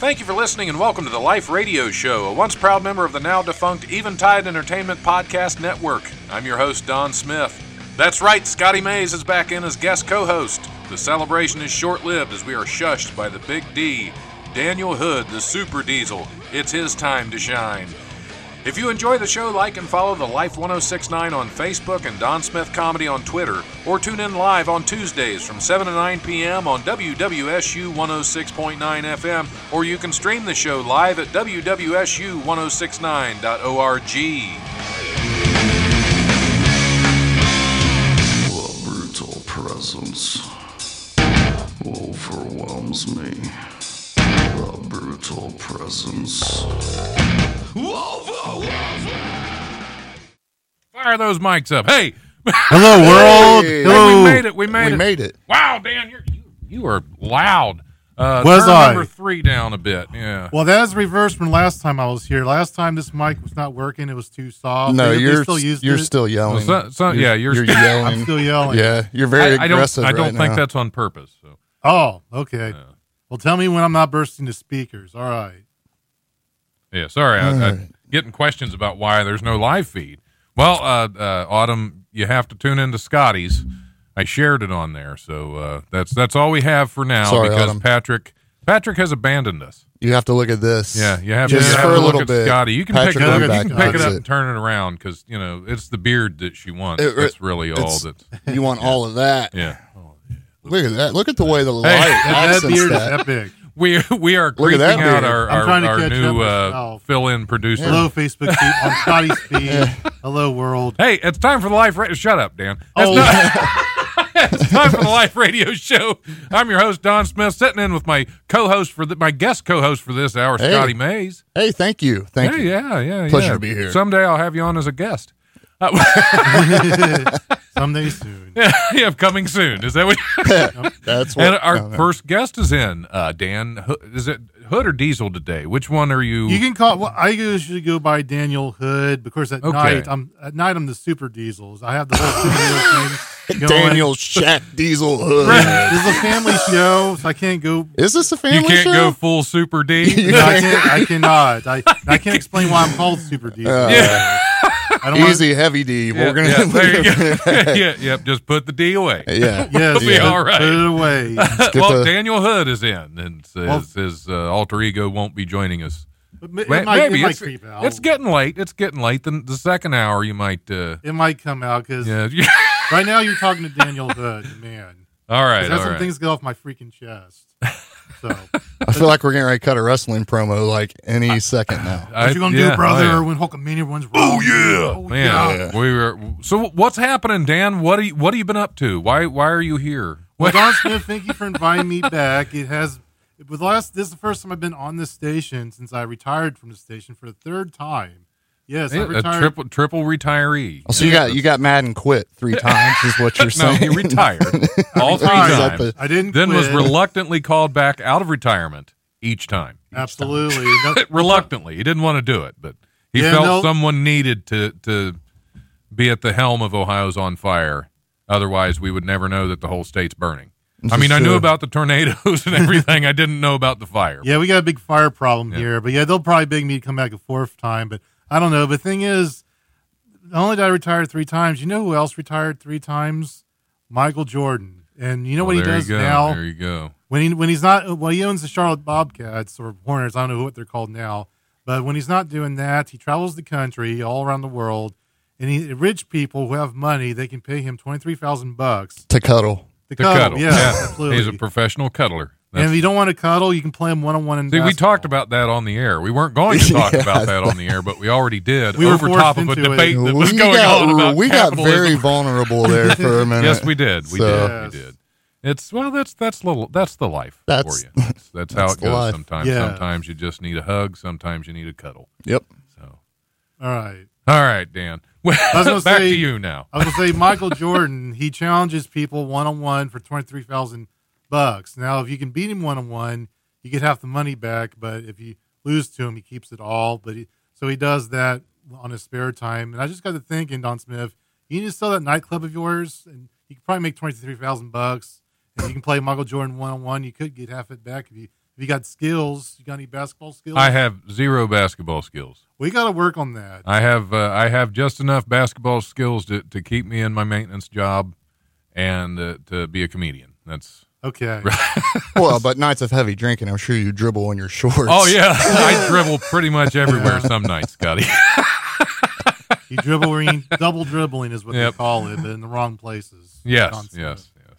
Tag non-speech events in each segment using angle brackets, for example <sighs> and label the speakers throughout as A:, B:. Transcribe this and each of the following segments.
A: Thank you for listening and welcome to the Life Radio Show, a once proud member of the now defunct Eventide Entertainment Podcast Network. I'm your host, Don Smith. That's right, Scotty Mays is back in as guest co host. The celebration is short lived as we are shushed by the Big D, Daniel Hood, the Super Diesel. It's his time to shine. If you enjoy the show, like and follow the Life 1069 on Facebook and Don Smith Comedy on Twitter, or tune in live on Tuesdays from 7 to 9 p.m. on WWSU 106.9 FM, or you can stream the show live at WWSU1069.org.
B: The brutal presence overwhelms me. The brutal presence overwhelms me.
A: Fire those mics up. Hey,
C: Hello, world.
D: Hey.
C: Hello.
A: we made it. We made
D: we
A: it.
D: made it.
A: Wow, Dan, you're, you, you are loud. Uh,
C: Was
A: turn
C: I?
A: number three down a bit. Yeah.
C: Well, that is reversed from last time I was here. Last time this mic was not working; it was too soft.
D: No,
C: They- they
D: you're
C: still used
D: you're
C: it.
D: still yelling.
A: Well, so- so- yeah, you're-
D: you're
A: I'm
D: yelling.
C: I'm still yelling.
D: Yeah, you're very
A: <laughs> I, I don't,
D: aggressive
A: I don't
D: right
A: think
D: now.
A: that's on purpose. So.
C: Oh, okay. Well, tell me when I'm not bursting the speakers. All right.
A: Yeah, sorry, I, I,
D: Alright.
A: getting questions about why there's no live feed. Well, uh, uh, Autumn, you have to tune into Scotty's. I shared it on there, so uh, that's that's all we have for now
D: Sorry,
A: because
D: Autumn.
A: Patrick Patrick has abandoned us.
D: You have to look at this.
A: Yeah, you have
D: Just
A: to, you have
D: for
A: to
D: a
A: look
D: little
A: at
D: bit.
A: Scotty. You can
D: Patrick
A: pick it up.
C: Lubeck
A: You can pick it
D: owns
A: up
D: it.
A: and turn it around because you know it's the beard that she wants.
D: It-
A: that's really all
D: it's-
A: that.
D: You want all of that.
A: Yeah,
D: Look at that. Look at the way
A: <laughs>
D: the light
C: That
D: accents
C: beard is
D: that.
C: epic.
A: we we are
D: Look at
A: creeping
D: that
A: out
D: beard.
A: our
C: I'm
A: our,
C: trying to
A: our
C: catch up
A: new
C: with-
A: uh,
C: oh.
A: fill-in producer.
C: Hello, Facebook feed. On
D: <laughs>
C: Scotty's feed. Hello, world.
A: Hey, it's time for the Life Radio. Shut up, Dan. It's,
C: Oh.
D: <laughs>
A: not- <laughs> It's time for the Life Radio Show. I'm your host Don Smith, sitting in with my co-host for the, my guest co-host for this hour,
D: Hey.
A: Scotty Mays.
D: Hey, thank you. Thank
A: yeah,
D: you.
A: yeah, yeah.
D: Pleasure
A: yeah.
D: to be here.
A: Someday I'll have you on as a guest. <laughs> Uh,
C: Someday soon.
A: yeah, coming soon. Is that what?
D: That's
A: <laughs>
D: what uh,
A: and our
D: no, no.
A: first guest is in. Uh, Dan, Ho- is it Hood or Diesel today? Which one are you?
C: You can call. Well, I usually go by Daniel Hood because at
A: Okay.
C: night I'm at night I'm the Super Diesels. I have the whole Super Diesel thing.
D: <laughs>
C: going.
D: Daniel Shack
A: <laughs>
D: Diesel Hood.
C: This is a family show, so I can't go
D: Is this a
A: you
D: family
A: can't
D: show?
A: go full Super
D: <laughs>
A: D.
C: No, I, can't, I cannot. I, I can't explain why I'm called Super D.
A: yeah,
C: I don't
D: Easy, heavy D.
A: yeah,
D: We're gonna. <laughs>
A: yeah, there you go. <laughs> yeah, yep. Just put the D away.
D: yeah.
C: Want, yes,
A: We'll be all right.
C: Put
A: <laughs>
C: it away.
D: get
A: well,
D: the-
A: Daniel Hood is in, and his,
C: Well-
A: his uh, alter ego won't be joining us.
C: It
A: Ma-
C: might, it
A: Maybe
C: might
A: it's,
C: creep out.
A: it's getting late. It's getting late. The, the second hour, you might. Uh,
C: It might come out because
A: yeah. <laughs>
C: right now you're talking to Daniel Hood, the man.
A: all right.
C: That's
A: all
C: when
A: right.
C: things go off my freaking chest.
A: <laughs>
C: So, what
D: I feel like we're getting ready to cut a wrestling promo like any second now.
C: you gonna
A: yeah,
C: do,
A: oh,
C: brother?
A: yeah.
C: When Hulkamania runs wrong? Oh yeah,
A: Man, we were. So what's happening, Dan? What are you, what have you been up to? Why why are you here? <laughs>
C: Well, Don Smith, thank you for inviting me back. It has it was last. This is the first time I've been on this station since I retired from the station for the third time. Yes, I
A: Yeah, a
C: retired.
A: triple triple retiree.
D: So you got you got mad and quit
A: <laughs>
D: three times is what you're
A: no,
D: saying.
A: he retired all three
C: Retired.
A: times.
C: I didn't.
A: Then was
C: quit.
A: reluctantly called back out of retirement each time.
C: Absolutely.
A: <laughs>
C: No-
A: reluctantly. He didn't want to do it, but he
C: Yeah,
A: felt
C: no.
A: someone needed to to be at the helm of Ohio's on fire. Otherwise, we would never know that the whole state's burning. I mean, I knew
D: true.
A: about the tornadoes <laughs> and everything. I didn't know about the fire.
C: yeah, we got a big fire problem here, but yeah, they'll probably beg me to come back a fourth time, but I don't know. But thing is, not only did I retire three times, you know who else retired three times? Michael Jordan. And you know
A: Well,
C: what he
A: there
C: does
A: you go.
C: now?
A: There you go.
C: when he when he's not well, he owns the Charlotte Bobcats or Hornets. I don't know what they're called now, but when he's not doing that, he travels the country all around the world, and he, rich people who have money they can pay him twenty three thousand bucks
D: <laughs> to cuddle.
C: to
A: The
C: cuddle.
A: cuddle.
C: Yeah, absolutely.
A: He's a professional cuddler.
C: and
A: That's-
C: if you don't want to cuddle, you can play him one on one. in
A: See, we
C: basketball.
A: talked about that on the air. We weren't going
C: <laughs>
A: to talk
D: Yeah.
A: about that on the air, but we already did
C: We were
A: over
C: forced
A: top of a
C: into it.
A: debate that was
D: we
A: going
D: got,
A: on about
D: we got very
A: capitalism.
D: vulnerable
A: <laughs>
D: there for a minute.
A: Yes, we did. We
D: So-
A: did. We did. It's well. That's that's little. That's the life
D: That's-
A: for you.
D: <laughs>
A: That's, that's how
D: that's
A: it
D: the
A: goes.
D: life.
A: Sometimes,
C: Yeah.
A: sometimes you just need a hug. Sometimes you need a cuddle.
D: Yep.
A: So,
C: All right,
A: all right, Dan. <laughs>
C: was
A: Well,
C: gonna
A: back
C: say-
A: to you now.
C: I was gonna say
A: <laughs>
C: Michael Jordan. He challenges people one on one for twenty three thousand bucks. Now, if you can beat him one on one, you get half the money back. But if you lose to him, he keeps it all. But he, so he does that on his spare time. And I just got to thinking, Don Smith, you need to sell that nightclub of yours, and you could probably make twenty three thousand bucks. And you can play Michael Jordan one on one. You could get half it back if you if If you got skills, you got any basketball skills?
A: I have zero basketball skills.
C: we got to work on that.
A: I have uh, I have just enough basketball skills to, to keep me in my maintenance job and uh, to be a comedian. That's
C: Okay.
D: Well, but nights of heavy drinking, I'm sure you dribble on your shorts.
A: oh
D: <laughs>
A: yeah, I dribble pretty much everywhere some nights, Scotty. <laughs>
C: You dribbling, <laughs> double dribbling is what
A: Yep.
C: they call it, but in the wrong places.
A: yes,
C: Concept.
A: yes, yes.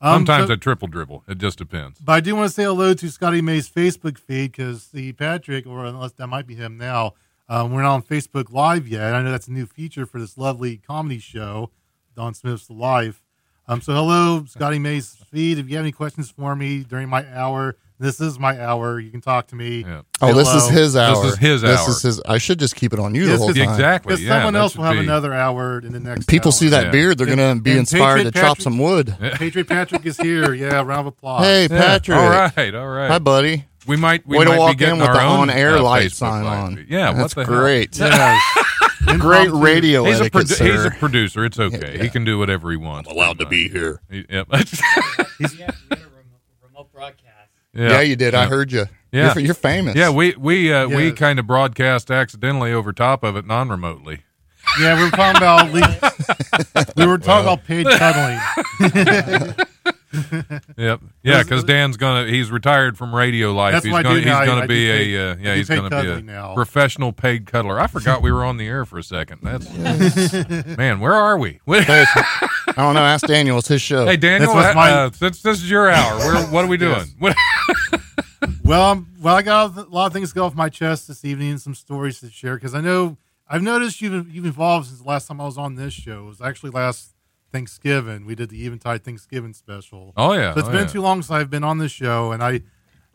C: Um,
A: Sometimes
C: so-
A: I triple dribble. It just depends.
C: But I do want to say hello to Scotty May's Facebook feed because the Patrick, or unless that might be him now, um, we're not on Facebook Live yet. I know that's a new feature for this lovely comedy show, Don Smith's The Life. Um, so hello, Scotty May's feed. If you have any questions for me during my hour, this is my hour. You can talk to me.
A: Yeah.
D: Oh, this is
C: Hello.
D: his hour.
A: is his
D: This
A: hour.
D: is his. I should just keep it on you
C: Yes,
D: the whole
C: it's-
D: time.
A: Exactly.
C: Because
A: Yeah,
C: someone
A: that
C: else
A: should
C: will have
A: be-
C: another hour in the next.
D: People
C: hour.
D: see that
A: Yeah.
D: beard, they're going to be
C: And
D: inspired to
C: Patriot
D: chop
C: Patrick-
D: some wood.
C: Patriot Patrick is here. Yeah, round of applause.
D: Hey,
A: Yeah.
D: Patrick.
A: All right, all right.
D: Hi, buddy.
A: we might we
D: Way to
A: might
D: walk
A: be
D: in
A: getting
D: with
A: our
D: the
A: own
D: on-air
A: uh,
D: light
A: Facebook
D: sign
A: live
D: on.
A: feed. Yeah,
D: That's
A: what the hell?
D: great.
C: Yes.
D: <laughs> Great
C: Impromptu.
D: radio
A: He's a,
D: etiquette,
A: produ- he's a
D: sir.
A: producer. It's okay.
D: Yeah.
A: He can do whatever he wants.
B: allowed to be here.
A: He- Yep. <laughs>
E: we had, we had a remote, remote broadcast.
D: yeah. you did. I heard you.
A: Yeah.
D: You're, you're famous.
A: Yeah, we we uh, we
C: Yes.
A: kind of broadcast accidentally over top of it non-remotely.
C: Yeah, we were talking about le- we were talking about paid cuddling.
A: Yep. Yeah, because Dan's gonna he's retired from radio life.
C: That's
A: he's
C: what I
A: gonna
C: do
A: he's
C: now. I-
A: gonna
C: I do
A: be
C: paid-
A: a uh,
C: I
A: yeah
C: do
A: he's
C: paid
A: gonna be a
C: cuddling now.
A: professional paid cuddler. I forgot we were on the air for a second.
C: <laughs>
A: That's man, where are we? <laughs>
D: Hey, I don't know. Ask Daniel. It's his show.
A: hey Daniel,
C: what's
A: uh,
C: my-
A: uh, since this is your hour, where, what are we doing?
C: Yes. Well, I'm, well, I got a lot of things to go off my chest this evening and some stories to share because I know I've noticed you've you've evolved since the last time I was on this show. It was actually last Thanksgiving. We did the Eventide Thanksgiving special.
A: <laughs> Oh yeah,
C: So it's
A: oh,
C: been
A: yeah.
C: too long since I've been on this show, and I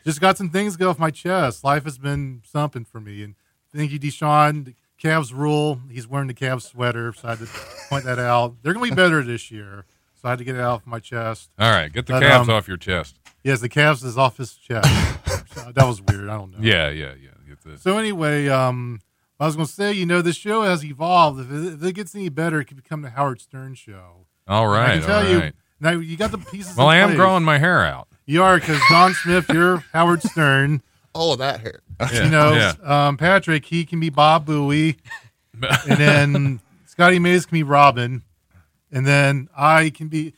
C: just got some things to go off my chest. Life has been something for me, and thank you, Deshaun. The Cavs rule. He's wearing the Cavs sweater, so I had to point that out. They're going to be better this year, so I had to get it off my chest.
A: All right, get the
C: But,
A: calves
C: um,
A: off your chest.
C: Yes, the Cavs is off his chest. So that was weird. I don't know.
A: Yeah, yeah, yeah. Get the,
C: So anyway, um, I was going to say, you know, this show has evolved. If it, if it gets any better, it could become the Howard Stern show.
A: all
C: And
A: right,
C: I can tell
A: all
C: you.
A: right.
C: Now you got the pieces.
A: Well,
C: in
A: I am
C: place.
A: growing my hair out.
C: You are because Don Smith, you're Howard Stern.
D: Oh, that hair.
A: Yeah,
C: <laughs> you know,
A: yeah.
C: um, Patrick, he can be
A: <laughs>
C: Bob Bowie, and then Scotty Mays can be Robin, and then I can be.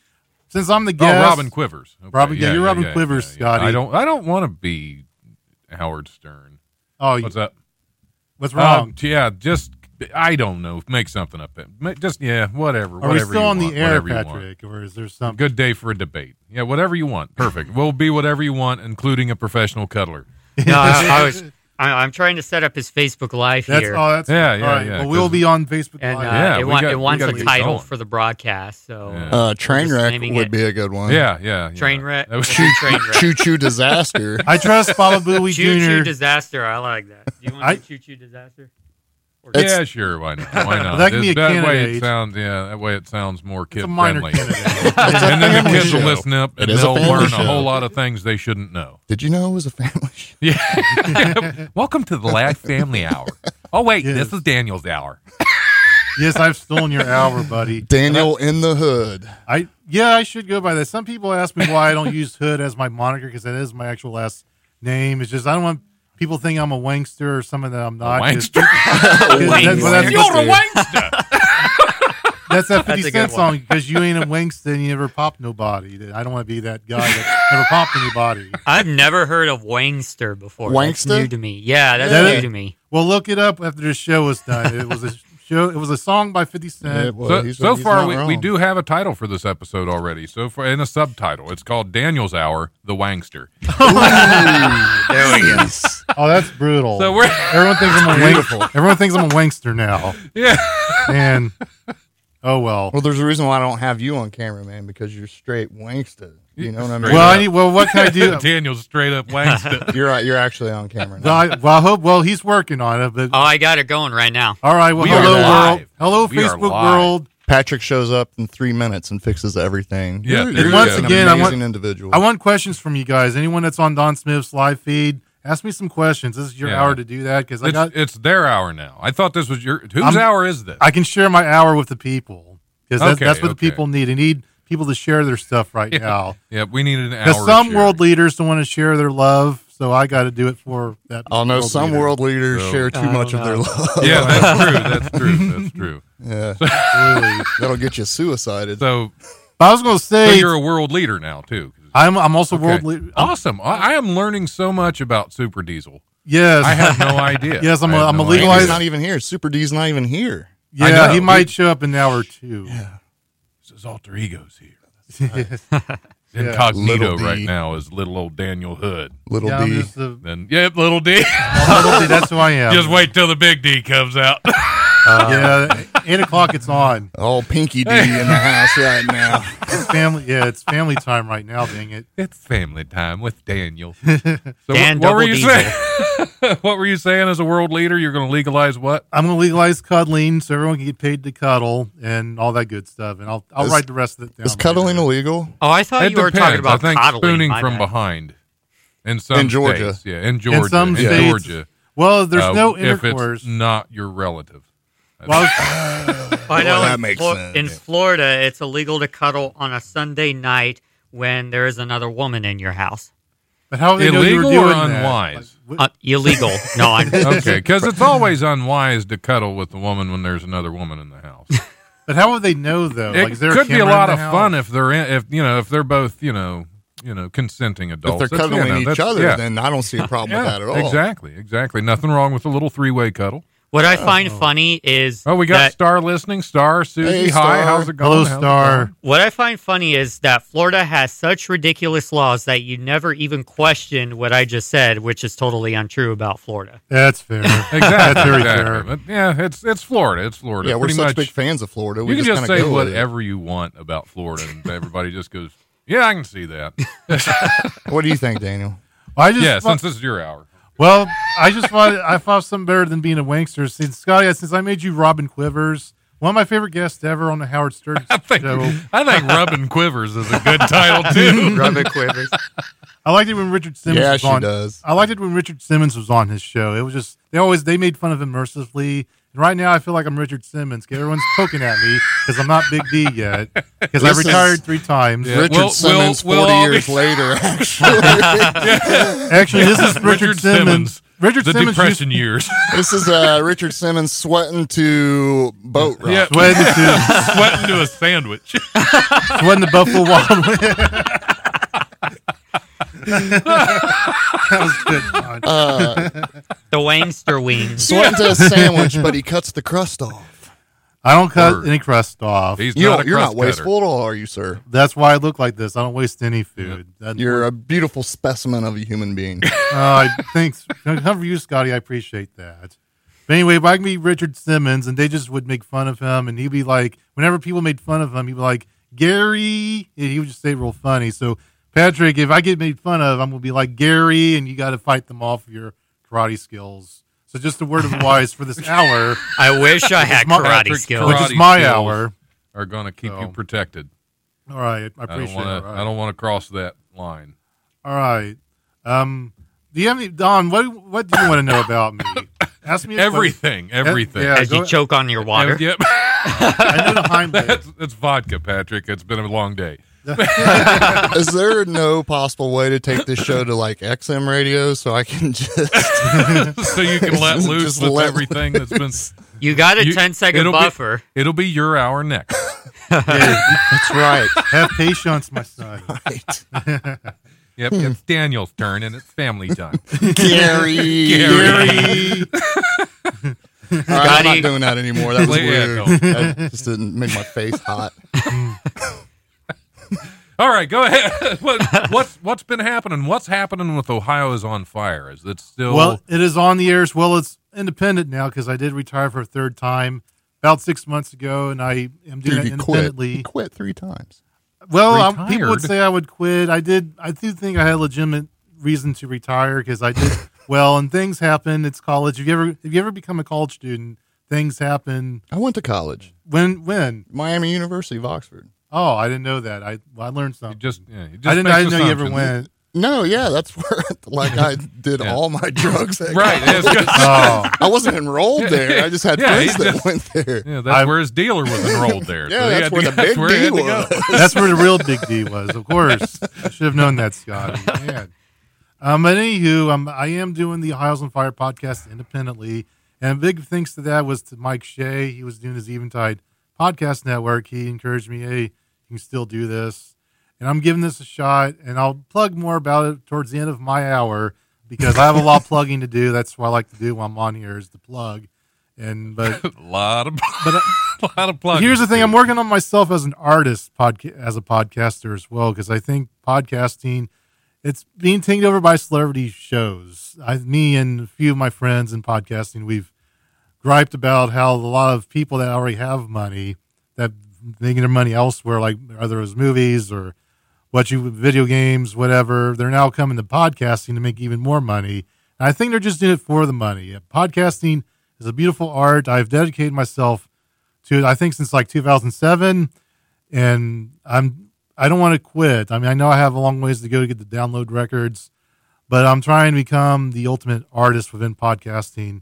C: Since I'm the guest,
A: Oh, Robin Quivers. Okay,
C: Robin- yeah, you're Robin Quivers, Scotty.
A: I don't. I don't want to be Howard Stern.
C: Oh, you-
A: What's
C: what's,
A: up?
C: wrong?
A: Uh, yeah, just I don't know. Make something up. Ma- Just yeah, whatever.
C: Are we
A: whatever
C: still
A: you
C: on
A: want,
C: the air,
A: whatever you want.
C: Patrick, or is there something?
A: Good day for a debate. Yeah, whatever you want. Perfect. we'll be whatever you want, including a professional cuddler.
E: <laughs> No, I, I was. I, I'm trying to set up his Facebook Live
C: That's
E: here,
C: oh, that's
A: Yeah, yeah,
C: all right.
A: yeah,
C: Well, we'll
A: 'cause-
C: be on Facebook
E: and uh,
C: Live.
A: Yeah,
E: it,
A: we
E: wa-
A: got-
E: it
A: we
E: wants
A: gotta
E: a
A: get
E: title
A: going.
E: for the broadcast. So
A: Yeah.
D: Uh, train
E: Just
D: wreck
E: naming
D: would
E: it.
D: be a good one.
A: Yeah, yeah. yeah.
E: train wreck,
A: That was-
E: choo train
D: <laughs>
E: wreck,
D: Choo choo disaster.
C: I trust Bob
E: <laughs>
C: Bowie
E: choo choo
C: Jr.
E: disaster. I like that. Do you
C: I-
E: want to choo choo disaster? Or
A: <laughs> yeah, sure. Why not?
C: <laughs>
A: Why not?
C: That can be a
A: that way
C: candidate.
A: it sounds. Yeah, that way it sounds more kid
C: It's a minor
A: friendly.
C: candidate.
D: It's a
A: <laughs> and then the
D: family
A: kids will
D: show.
A: listen up and
D: It is a
A: they'll
D: family
A: learn a
D: show.
A: whole lot of things they shouldn't know. <laughs>
D: Did you know it was a family show?
A: Yeah. <laughs> Welcome to the Last Family Hour. Oh wait,
C: Yes.
A: this is Daniel's hour.
C: yes, I've stolen your hour, buddy.
D: Daniel in the hood.
C: I yeah, I should go by that. Some people ask me why I don't use Hood as my moniker because that is my actual last name. It's just I don't want people think I'm a wankster or something that I'm not. 'cause-
A: Wankster.
C: <laughs> 'cause that- well, that's,
A: You're
C: that's,
A: a wankster.
C: that
E: That's a
C: 50
E: good
C: Cent
E: one.
C: song because you ain't a wankster and you never popped nobody. That- I don't want to be that guy that never popped anybody.
E: I've never heard of Wangster before. That's
D: Wangster?
E: new to me. Yeah, that's
C: Yeah.
E: new to me.
C: Well, look it up after the show is done. It was a show. It was a song by 50 Cent.
A: So, so far, we, we do have a title for this episode already. So far, and a subtitle. It's called Daniel's Hour, the Wankster.
D: There we go.
C: Oh, that's brutal.
A: So we're
C: Everyone thinks I'm a wankster. Everyone thinks I'm a wankster now.
A: yeah.
C: And oh well.
D: Well, there's a reason why I don't have you on camera, man, because you're straight wankster. You know what I mean?
C: Well, I need, well, what can <laughs> I do?
A: <laughs> Daniel's straight up wankster.
D: you're right. You're actually on camera.
C: Well,
D: Now.
C: I, well, I hope. Well, he's working on it. But
E: Oh, I got it going right now.
C: all right. Well,
A: We are
C: hello
A: live.
C: world. Hello
A: We are
C: Facebook
A: live.
C: world.
D: Patrick shows up in three minutes and fixes everything.
A: Yeah,
D: You're-
A: there
D: you're
A: you
D: just
A: go.
D: an
C: Again, I want-
D: amazing individual.
C: I want questions from you guys. Anyone that's on Don Smith's live feed, ask me some questions. This is your
A: Yeah.
C: hour to do that because <laughs> I
A: It's,
C: got
A: it's their hour now. I thought this was your whose
C: I'm-
A: hour is this?
C: I can share my hour with the people because that's,
A: Okay,
C: that's what
A: okay.
C: the people need. They need people to share their stuff right now.
A: yeah, we needed an hour.
C: Because
A: of
C: some
A: sharing.
C: world leaders don't want to share their love. so I got to do it for that.
D: I don't know.
C: world
D: Some
C: leader.
D: world leaders
A: So-
D: share too
E: I
D: much
E: don't
D: of their
C: <laughs>
E: know.
D: love. <laughs>
A: Yeah, that's true. That's true. That's true.
D: Yeah.
C: Absolutely.
D: That'll get you suicided.
A: So,
C: But I was going to
A: so
C: say
A: you're a world leader now too.
C: I'm I'm also world
A: Okay.
C: leader.
A: Awesome. I, I am learning so much about Super Diesel.
C: Yes,
A: I have no idea.
C: Yes, I'm
A: I
C: a-
A: have
C: I'm a
A: no
C: legalized-
D: He's
A: idea.
D: not even here. Super D's not even here.
A: I
C: <laughs> yeah,
A: know.
C: he might show up in an hour or two.
A: It's his alter ego's here.
C: <laughs> Yes. Yeah.
A: Incognito
D: Little D.
A: right now is little old Daniel Hood.
D: Little
C: Yeah, I'm
D: D.
C: just the-
A: Then, yep, little
C: <laughs>
A: D.
C: I'm little D, that's who I
A: <laughs>
C: am.
A: Just wait till the big D comes out. <laughs>
C: Uh, yeah, eight o'clock. It's on.
D: All Pinky D in the house right
A: <laughs>
D: now.
C: It's family. Yeah, it's family time right now. Dang it.
A: it's family time with
C: <laughs>
A: Daniel. So wh-
E: Dan
A: what were
E: Double
A: you saying? <laughs> what were you saying as a world leader? You're going to legalize what?
C: I'm gonna legalize cuddling so everyone can get paid to cuddle and all that good stuff. And I'll I'll
D: Is-
C: write the rest of it down.
D: Is cuddling illegal?
E: Oh, I thought
A: It
E: you were talking
A: depends.
E: about
A: I think
E: coddling.
A: spooning
E: my
A: from
E: bad.
A: behind. In some
D: In Georgia.
A: states, yeah, in Georgia,
C: in some
A: in
C: states?
A: Georgia.
C: Well, there's
A: uh,
C: no
A: If it's <laughs>
C: intercourse.
A: not your relative,
C: Well, I
E: I know
D: Well, that
E: in,
D: makes
E: Flor-
D: sense.
E: in
D: Yeah.
E: Florida, it's illegal to cuddle on a Sunday night when there is another woman in your house.
C: but how they know you were
A: Illegal
C: doing
A: or
C: that? <laughs>
A: unwise?
C: Like,
E: Uh,
C: what-
E: illegal. No,
A: <laughs>
E: I'm
A: okay, because it's always unwise to cuddle with a woman when there's another woman in the house.
C: but how would they know though?
A: it
C: like, is there
A: could be a
C: camera in
A: lot
C: the
A: of
C: house?
A: fun if they're in, if you know if they're both you know you know consenting
D: If
A: adults.
D: they're
A: That's- you
D: cuddling
A: know,
D: each
A: that's-
D: other,
A: Oh, yeah.
D: then I don't see a problem
A: <laughs> Yeah,
D: with that at all.
A: Exactly, exactly. Nothing wrong with a little three way cuddle.
E: What I find funny is
A: Oh, we got
E: that-
A: Star listening. Star, Susie,
D: Hey,
A: hi,
D: Star.
A: how's it going?
C: Hello,
A: How's it
C: Star.
E: what I find funny is that Florida has such ridiculous laws that you never even question what I just said, which is totally untrue about Florida.
C: That's
A: <laughs>
C: fair.
A: going? Exactly.
C: That's very
A: exactly.
C: fair.
A: But yeah, it's it's Florida. It's Florida.
D: Yeah, we're
A: Pretty
D: such
A: much,
D: big fans of Florida. We
A: you can just,
D: kinda
A: say
D: go with it.
A: whatever you want about Florida, and everybody just goes, "Yeah, I can see
D: <laughs>
A: that."
D: What do you
A: <laughs>
D: think, Daniel?
C: I just
A: yeah,
C: fu-
A: since this is your hour.
C: well, I just thought I thought something better than being a wankster. Since Scotty, since I made you Robin Quivers, one of my favorite guests ever on the Howard Stern
A: think
C: show.
A: <laughs> I
D: <laughs>
A: think rubbing quivers is a good title too.
E: Rubber quivers.
C: I liked it when Richard Simmons
D: Yeah,
C: was
D: she
C: on.
D: does.
A: Uh,
C: I liked it when Richard Simmons was on his show. It was just they always they made fun of him mercilessly. And right now, I feel like I'm Richard Simmons. 'cause Everyone's poking at me because I'm not Big D yet. Because I
D: This is-
C: retired three times.
A: Yeah.
D: Richard
A: we'll-
D: Simmons,
A: we'll- we'll
D: 40
A: all be-
D: years later, actually.
C: Actually, this is Richard,
A: Richard
C: Simmons.
A: Simmons.
C: Richard
A: the
C: Simmons
A: depression
D: <laughs>
A: years.
D: this is uh, Richard Simmons sweating to boat rock.
A: Yeah.
C: used sweating
A: <laughs>
C: to
A: Sweat into a sandwich.
C: sweating the Buffalo Wild Wings. <laughs> that was good. John.
E: The
A: <laughs>
E: Wangster wings.
D: Sweating to a sandwich, but he cuts the crust off.
C: I don't cut
A: Word.
C: any crust off.
A: He's
D: You
A: not
D: don't,
A: a
D: you're
A: crust
D: not
A: cutter.
D: wasteful at all, are you, sir?
C: That's why I look like this. I don't waste any food. That-
D: You're a beautiful specimen of a human being. <laughs>
C: Uh, I- thanks. Come for you, Scotty. I appreciate that. But anyway, if I can be Richard Simmons, and they just would make fun of him, and he'd be like, whenever people made fun of him, he'd be like, Gary, and he would just say real funny. So, Patrick, if I get made fun of, I'm gonna be like Gary, and you got to fight them off with your karate skills. So, just a word of advice
A: <laughs>
C: for this hour,
E: I wish I had
C: my-
E: karate
A: Patrick
E: skills.
C: which is
A: Karate
C: my
A: skills.
C: hour.
A: Are going to keep
D: Oh.
A: you
C: So,
A: protected.
C: All right, I
A: I don't
C: appreciate
A: want
C: it.
A: to.
C: All
A: I
C: right.
A: don't want to cross that line.
C: All right. Um, do you have any Don? What What do you want to know about
A: <laughs>
C: me? Ask me a question.
A: Everything. Everything.
C: yeah.
E: As
C: go-
E: you choke on your
A: Yeah,
E: water.
A: Yep. <laughs>
C: I know the Heimlich.
A: That's, that's vodka, Patrick. It's been a long day.
D: is there no possible way to take this show to like XM radio so I can <laughs> just
A: <laughs> so you can let
D: Just
A: loose with
D: let
A: everything that's been.
E: You got a
A: You-
E: ten second 10
A: it'll
E: second
A: be-
E: buffer.
A: It'll be your hour next. <laughs>
D: That's right.
C: Have patience, my son.
D: Right.
A: Yep.
C: Hmm.
A: It's Daniel's turn, and it's family time.
D: Gary.
A: Gary.
D: All right, I'm not
E: Scotty.
D: doing that anymore. That was
A: Yeah,
D: weird.
A: don't.
D: That just didn't make my
C: <laughs>
D: face hot.
A: All right, go ahead. <laughs> What, what's what's been happening? What's happening with Ohio is on fire? Is it still?
C: Well, it is on the air as well. It's independent now because I did retire for a third time about six months ago, and I am doing it
D: Dude, you quit.
C: independently.
D: You quit three times.
C: Well, I, people
A: Retired?
C: would say I would quit. I did. I do think I had a legitimate reason to retire because I
A: <laughs>
C: did well, and things happen. It's college. If you ever, if you ever become a college student, things happen.
D: I went to college,
C: When, when?
D: Miami University of Oxford.
C: Oh, I didn't know that. I, I learned something.
A: you just, yeah, you just
C: I didn't.
A: make
C: I didn't know you ever
A: assumptions.
C: went.
D: No, yeah, that's where <laughs> like I did
A: Yeah.
D: all my
A: <laughs>
D: drugs. At
A: Right.
D: college.
A: Yeah, it's
C: <laughs>
A: good.
C: Oh,
D: I wasn't enrolled there. I just had
A: Yeah,
D: friends
A: he
D: that
A: just-
D: went there.
A: Yeah, that's
C: I-
A: where his dealer was enrolled
C: <laughs>
A: there.
D: Yeah,
A: he
D: that's
A: had to-
D: where the big
A: he had
D: D
A: to go.
D: was.
C: That's where the real big D was, of course. I should have known that, Scotty. Man. Um, but anywho, um, I am doing the Hiles on Fire podcast independently, and big thanks to that was to Mike Shea. He was doing his Eventide podcast network. He encouraged me, hey, you can still do this, and I'm giving this a shot. And I'll plug more about it towards the end of my hour because I have a lot of plugging to do. That's what I like to do while I'm on here is to plug. And but
A: A <laughs> lot of, <laughs>
C: but. uh,
A: a lot of plugs.
C: Here's the thing: I'm working on myself as an artist, podca- as a podcaster as well, because I think podcasting it's being taken over by celebrity shows. I, me and a few of my friends in podcasting, we've griped about how a lot of people that already have money that making their money elsewhere, like whether it was movies or what you video games, whatever, they're now coming to podcasting to make even more money. And I think they're just doing it for the money. Podcasting is a beautiful art. I've dedicated myself to it. I think since like 2007, and I'm I don't want to quit. I mean, I know I have a long ways to go to get the download records, but I'm trying to become the ultimate artist within podcasting.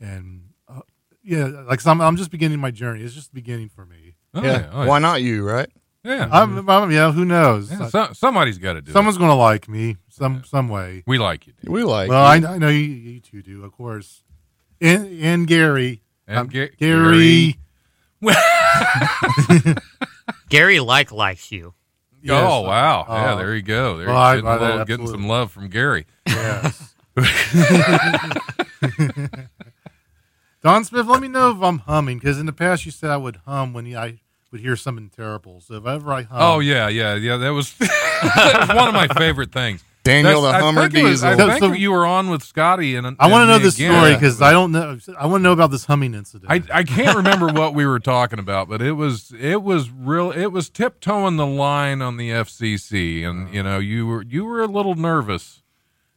C: And uh, yeah, like 'cause I'm I'm just beginning my journey. It's just the beginning for me.
A: Oh,
D: yeah.
A: yeah. Oh,
D: Why
A: yeah.
D: not you, right?
A: Yeah.
C: I'm, I'm yeah. Who knows?
A: Mm-hmm. Yeah, so- somebody's got to do
C: Someone's gonna like me some some way.
A: it. We like you. dude.
D: We like.
C: Well, I, I know you, you two do, of course. And and Gary,
A: And
C: Um,
A: Ga-
C: Gary.
E: Gary like likes you.
C: Yes.
A: oh wow! yeah,
C: Uh,
A: there you go. There
C: well, I-
A: you getting, a
C: I-
A: little-
C: absolutely.
A: getting some love from Gary.
C: Yes. <laughs> Don Smith, let me know if I'm humming because in the past you said I would hum when I would hear something terrible. So if ever I hum,
A: oh yeah, yeah, yeah. That was, <laughs> that was one of my favorite
C: <laughs>
A: things.
D: Daniel
A: That's- I
D: the Hummer
A: think it was- I
D: Diesel.
A: think
C: So- so-
A: you were on with Scotty, and
C: I
A: and
C: want to know
A: me
C: this
A: again.
C: story because I don't know. I want to know about this humming incident.
A: I, I can't remember what we were talking about, but it was it was real. It was tiptoeing the line on the FCC, and you know you were you were a little nervous.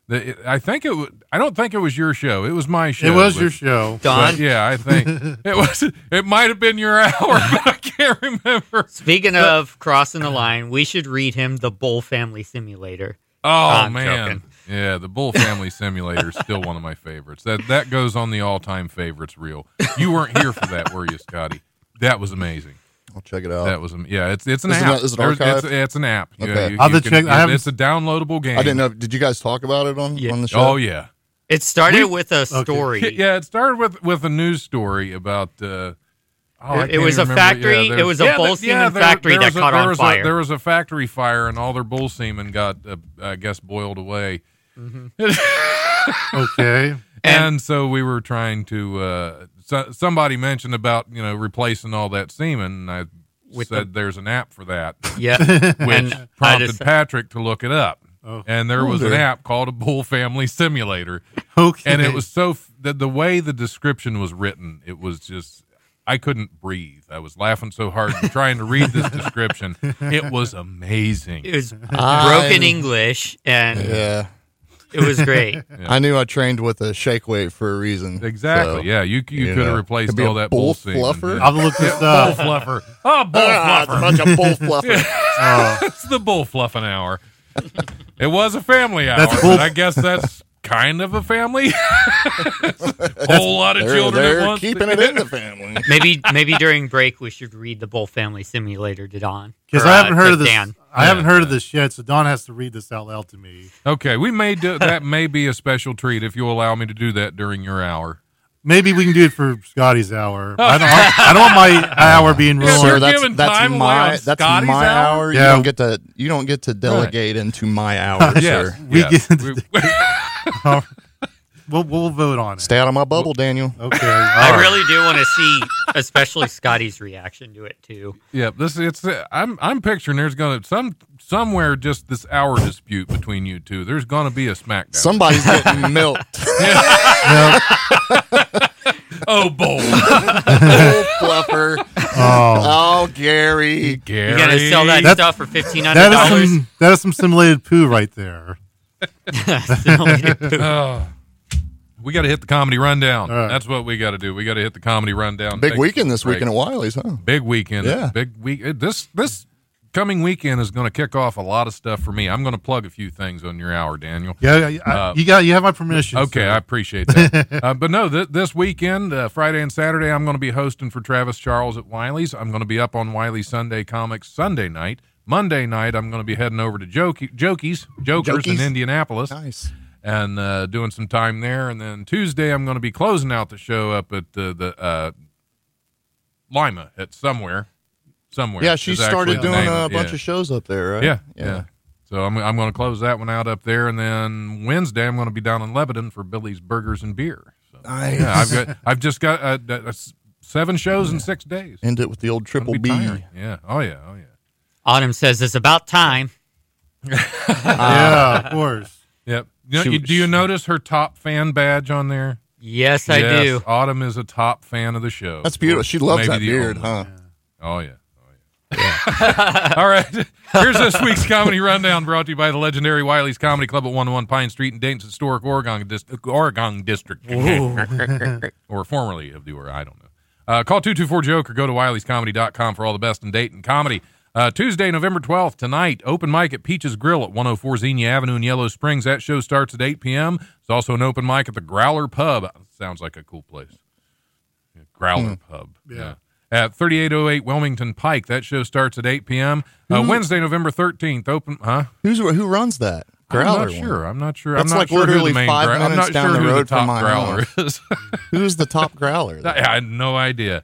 A: The- it- I think it. wa- I don't think it was your show. It was my show.
C: it was
A: but-
C: your show.
E: Don,
A: but yeah, I think it was. It might have been your <laughs> hour, but I can't remember.
E: speaking of crossing the line, we should read him the Bull Family Simulator.
A: Oh
E: I'm
A: man,
E: joking.
A: yeah, the Bull Family Simulator is still one of my favorites. That that goes on the all time favorites reel. You weren't here for that, were you, Scotty? That was amazing.
D: I'll check it out.
A: That was am- yeah. It's it's an
D: Is it
A: app.
D: a- is it
A: There's- it's,
D: archived?
A: it's an app. Yeah,
D: Okay.
A: you-
C: I'll
A: you
C: have to check- I haven't-
A: it's a downloadable game.
D: I didn't know. Did you guys talk about it on,
E: Yeah.
D: on the show?
A: Oh yeah,
E: It started with a
A: <laughs>
E: story.
A: yeah. It started with with a news story about. Uh, oh, I
E: It- it
A: can't even
E: was a
A: remember.
E: factory-
A: Yeah, there-
E: it was a
A: yeah,
E: bull
A: there-
E: semen
A: yeah, there-
E: factory
A: there
E: that
A: was a-
E: caught
A: there
E: on
A: was a-
E: fire.
A: there was a factory fire, and all their bull semen got, uh, I guess, boiled away.
C: Okay.
A: And,
E: And-
A: so we were trying to. Uh, so, somebody mentioned about you know replacing all that semen. And I
E: With
A: said there's an app for that,
E: <laughs> Yeah.
A: <laughs> which
E: I
A: prompted
E: just-
A: Patrick to look it up.
C: Oh.
A: And there was an
D: Wonder.
A: app called a Bull Family Simulator,
C: Okay.
A: and it was so f- the, the way the description was written, it was just I couldn't breathe. I was laughing so hard trying to read this description. It was amazing.
E: It was broken
D: I-
E: English, and
D: Yeah.
E: it was great.
D: I knew I trained with a shake weight for a reason.
A: Exactly.
D: So,
A: yeah, you you,
D: you
A: could have
D: know,
A: replaced
D: could be
A: all
D: a
A: that
D: bull
A: bull semen.
D: fluffer.
A: Yeah.
C: I've looked this
A: Bull
C: up.
A: fluffer. Oh, bull
D: <laughs> <laughs> Ah, it's a
A: fluffer.
D: bunch
A: <laughs>
D: of bull fluffer.
A: it's the bull fluffing hour. It was a family hour,
C: That's
A: but
C: bull-
A: I guess that's kind of a family. <laughs> whole lot of
D: They're,
A: children
D: they're
A: at once.
D: keeping it
A: <laughs>
D: in the family.
E: Maybe maybe during break we should read the Bull Family Simulator to Don.
C: Because
E: Or,
C: I haven't
E: uh,
C: heard
E: to
C: of this.
E: Dan.
C: I haven't
A: Yeah.
C: heard of this yet, so Don has to read this out loud to me.
A: Okay, we may do that. May be a special treat if you allow me to do that during your hour.
C: Maybe we can do it for Scotty's hour. I don't. I don't want my
A: <laughs>
C: hour being
A: Yeah,
C: ruined.
A: sure.
D: Sir, that's
A: giving
D: that's
A: time away on
D: my that's
A: Scotty's
D: my
A: hour?
D: hour.
C: Yeah.
D: You don't get to you don't get to delegate into my hour,
A: <laughs> Yes,
D: sir.
C: We
A: yes.
C: <laughs> get-
A: We-
C: We'll, we'll vote on it.
D: Stay out of my bubble, Daniel.
C: Okay.
E: I really do want to see, especially Scotty's reaction to it too.
A: yeah, this it's. uh, I'm I'm picturing there's gonna some somewhere just this hour dispute between you two. There's gonna be a smackdown.
D: Somebody's
A: <laughs>
D: getting milked.
A: oh bowl,
D: Bull fluffer.
A: <laughs>
C: Oh,
D: Oh, Gary.
A: Gary.
E: You gotta sell that
C: That's-
E: stuff for fifteen hundred
C: that is
E: dollars.
C: some that is some simulated poo right there.
A: Oh. we gotta hit the comedy rundown.
C: All right.
A: That's what we gotta do. We gotta hit the comedy rundown.
D: Big
A: Take
D: weekend this
A: break.
D: weekend at Wiley's, huh?
A: Big weekend.
D: Yeah.
A: Big week. it- This this coming weekend is gonna kick off a lot of stuff for me. I'm gonna plug a few things on your hour, Daniel.
C: Yeah, yeah, I,
A: Uh,
C: you got you have my permission.
A: Okay,
D: uh,
C: sir.
A: I appreciate
D: <laughs>
A: that. uh, but no, th- this weekend, uh, Friday and Saturday, I'm going to be hosting for Travis Charles at Wiley's. I'm going to be up on Wiley Sunday Comics Sunday night Monday night, I'm going to be heading over to Jokey, Jokies, Jokers in
D: Jokies.
A: Indianapolis
D: Nice.
A: and uh, doing some time there. And then Tuesday, I'm going to be closing out the show up at the, the uh, Lima at somewhere. Somewhere.
D: Yeah, she
A: is actually
D: started
A: the
D: doing
A: name
D: uh, a
A: of-
D: bunch
A: yeah.
D: of shows up there, right?
A: Yeah, yeah. So I'm, I'm going to close that one out up there, and then Wednesday I'm going to be down in Lebanon for Billy's Burgers and Beer. So
D: Nice.
A: yeah, I've got I've just got uh, d- uh, s- seven shows in six days.
D: <laughs> End it with the old
A: Gonna
D: triple
A: be
D: B.
A: tired. Yeah. Oh yeah. Oh yeah.
E: Autumn says it's about time.
C: yeah, of course.
A: Yep. You know-
D: She-
A: you- do you
D: she-
A: notice her top fan badge on there?
E: Yes, I
A: Yes,
E: do.
A: Autumn is a top fan of the show.
D: That's beautiful. She
A: Maybe
D: loves that
A: the
D: beard,
A: only-
D: huh?
A: Oh yeah. Oh, yeah. <laughs> All right. Here's this week's comedy rundown brought to you by the legendary Wiley's Comedy Club at 101 Pine Street in Dayton's historic Oregon, dis- Oregon District. <laughs> or formerly of the Oregon. I don't know. Uh, call 224 Joke or go to wileyscomedy.com for all the best in Dayton comedy. Uh, Tuesday, November 12th, tonight, open mic at Peaches Grill at 104 Xenia Avenue in Yellow Springs. That show starts at 8 p.m. There's also an open mic at the Growler Pub. Sounds like a cool place. Growler
D: Hmm.
A: Pub. Yeah. At 3808 Wilmington Pike. That show starts at 8 p.m. Uh,
D: Hmm.
A: Wednesday, November 13th. Open, huh?
D: Who's who runs that?
A: I'm
D: Growler.
A: not
D: one.
A: sure. I'm not sure.
D: That's
A: I'm not
D: like
A: sure who the
D: literally
A: main
D: five
A: growler- I'm
D: minutes
A: not
D: down
A: sure
D: the
A: who
D: road
A: the top
D: from my
A: growler is.
D: Who's the top
A: <laughs>
D: growler? there?
A: I had no
D: <clears throat>
A: idea.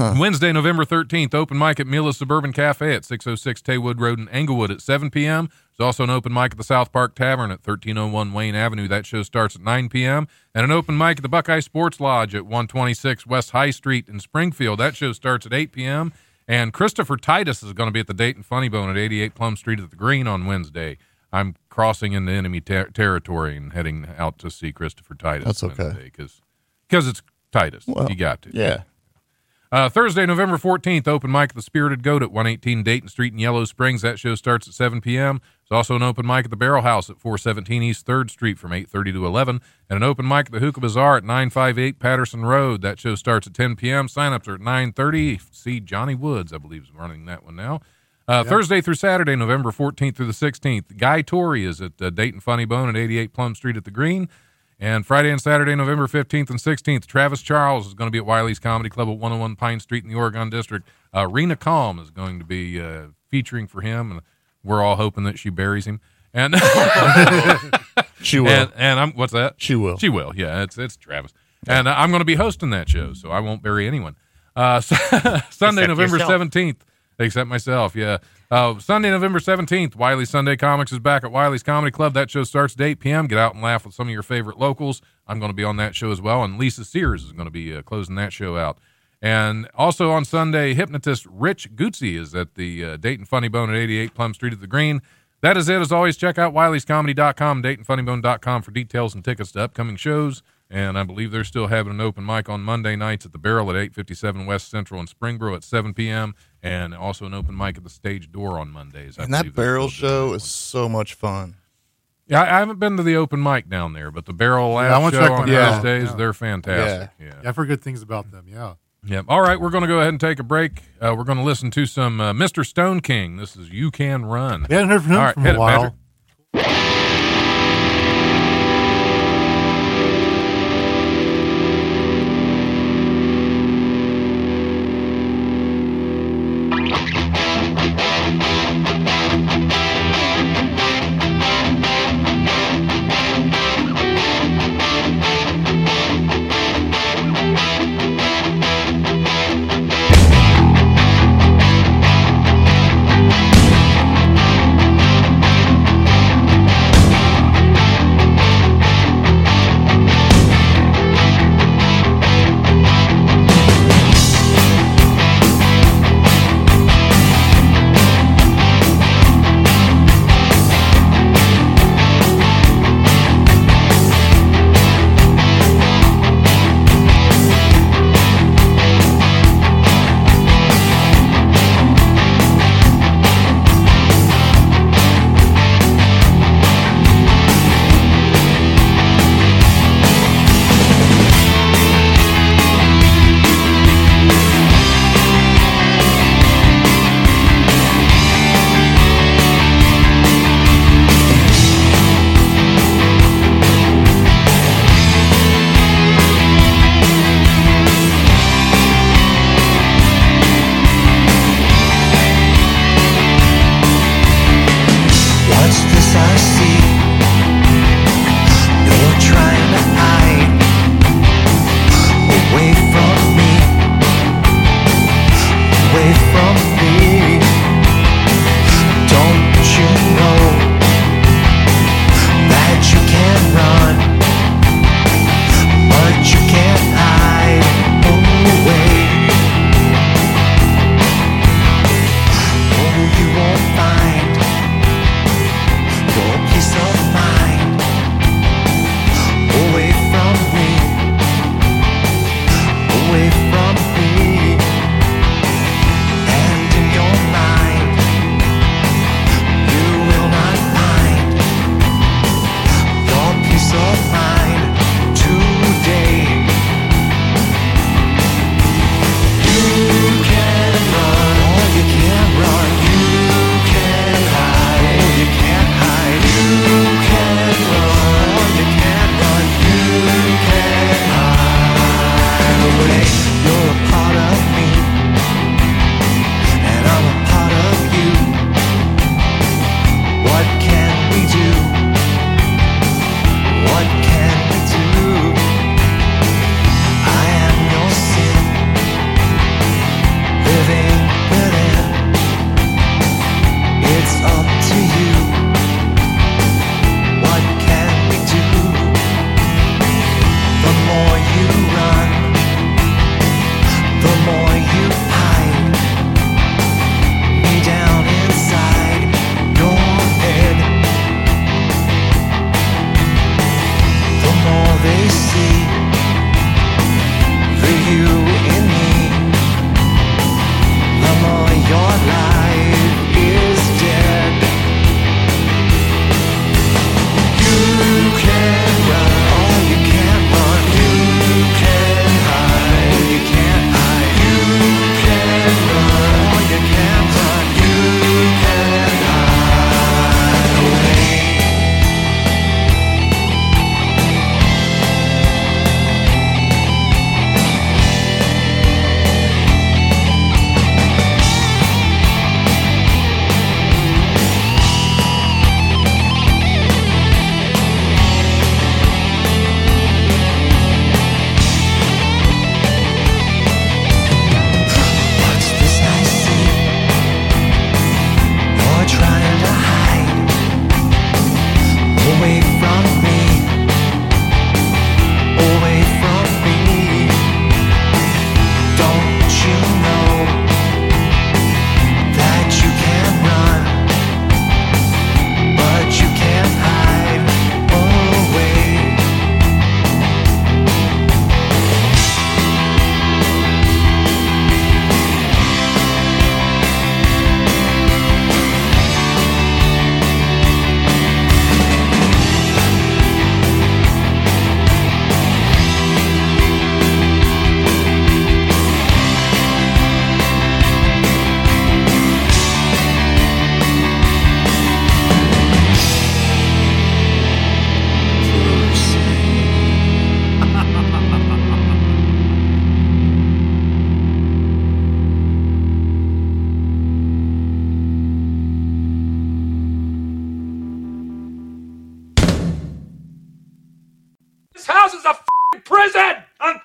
A: Wednesday, November 13th, open mic at Mila's Suburban Cafe at 606 Taywood Road in Englewood at 7 p.m. There's also an open mic at the South Park Tavern at 1301 Wayne Avenue. That show starts at 9 p.m. And an open mic at the Buckeye Sports Lodge at 126 West High Street in Springfield. That show starts at 8 p.m. And Christopher Titus is going to be at the Dayton Funny Bone at 88 Plum Street at the Green on Wednesday. I'm crossing into enemy ter- territory and heading out to see Christopher Titus.
D: That's okay.
A: Because it's Titus.
D: Well,
A: you got to.
D: Yeah.
A: Uh, Thursday, November 14th, open mic at the Spirited Goat at 118 Dayton Street in Yellow Springs. That show starts at 7 p.m. There's also an open mic at the Barrel House at 417 East 3rd Street from 8.30 to 11, and an open mic at the Hookah Bazaar at 958 Patterson Road. That show starts at 10 p.m. Sign-ups are at 9.30. See, Johnny Woods, I believe, is running that one now. Uh, Thursday through Saturday, November 14th through the 16th, Guy Torrey is at uh, Dayton Funny Bone at 88 Plum Street at the Green. And Friday and Saturday, November 15th and 16th, Travis Charles is going to be at Wiley's Comedy Club at 101 Pine Street in the Oregon District. Uh, Rena Calm is going to be uh, featuring for him, and we're all hoping that she buries him. And <laughs>
D: She will.
A: and, and I'm what's that?
D: She will.
A: She will. Yeah, it's it's Travis, and uh, I'm going to be hosting that show, so I won't bury anyone. Uh, <laughs> so- Sunday,
E: Except
A: November
E: yourself.
A: seventeenth, except myself. Yeah, uh, Sunday, November seventeenth, Wiley Sunday Comics is back at Wiley's Comedy Club. That show starts at eight p.m. Get out and laugh with some of your favorite locals. I'm going to be on that show as well, and Lisa Sears is going to be uh, closing that show out. And also on Sunday, hypnotist Rich Guzzi is at the uh, Dayton Funny Bone at 88 Plum Street at the Green. That is it. As always, check out wileyscomedy.com, DaytonFunnyBone.com for details and tickets to upcoming shows. And I believe they're still having an open mic on Monday nights at the Barrel at 857 West Central and Springboro at 7 p.m. And also an open mic at the stage door on Mondays. I
D: and that
A: believe they're
D: barrel
A: still doing
D: show
A: that
D: is
A: one.
D: so much fun.
A: Yeah, I I haven't been to the open mic down there, but the Barrel
C: I
A: last
C: wanna
A: show
C: check
A: on
C: one out.
A: Thursdays,
C: Yeah.
A: they're fantastic. Yeah.
C: Yeah, I've heard good things about them. Yeah.
A: Yep. All right, we're going to go ahead and take a break. Uh, we're going to listen to some uh, Mr. Stone King. This is You Can Run.
C: We hadn't heard from him
A: All right,
C: for
A: hit
C: a
A: it,
C: while.
A: Patrick.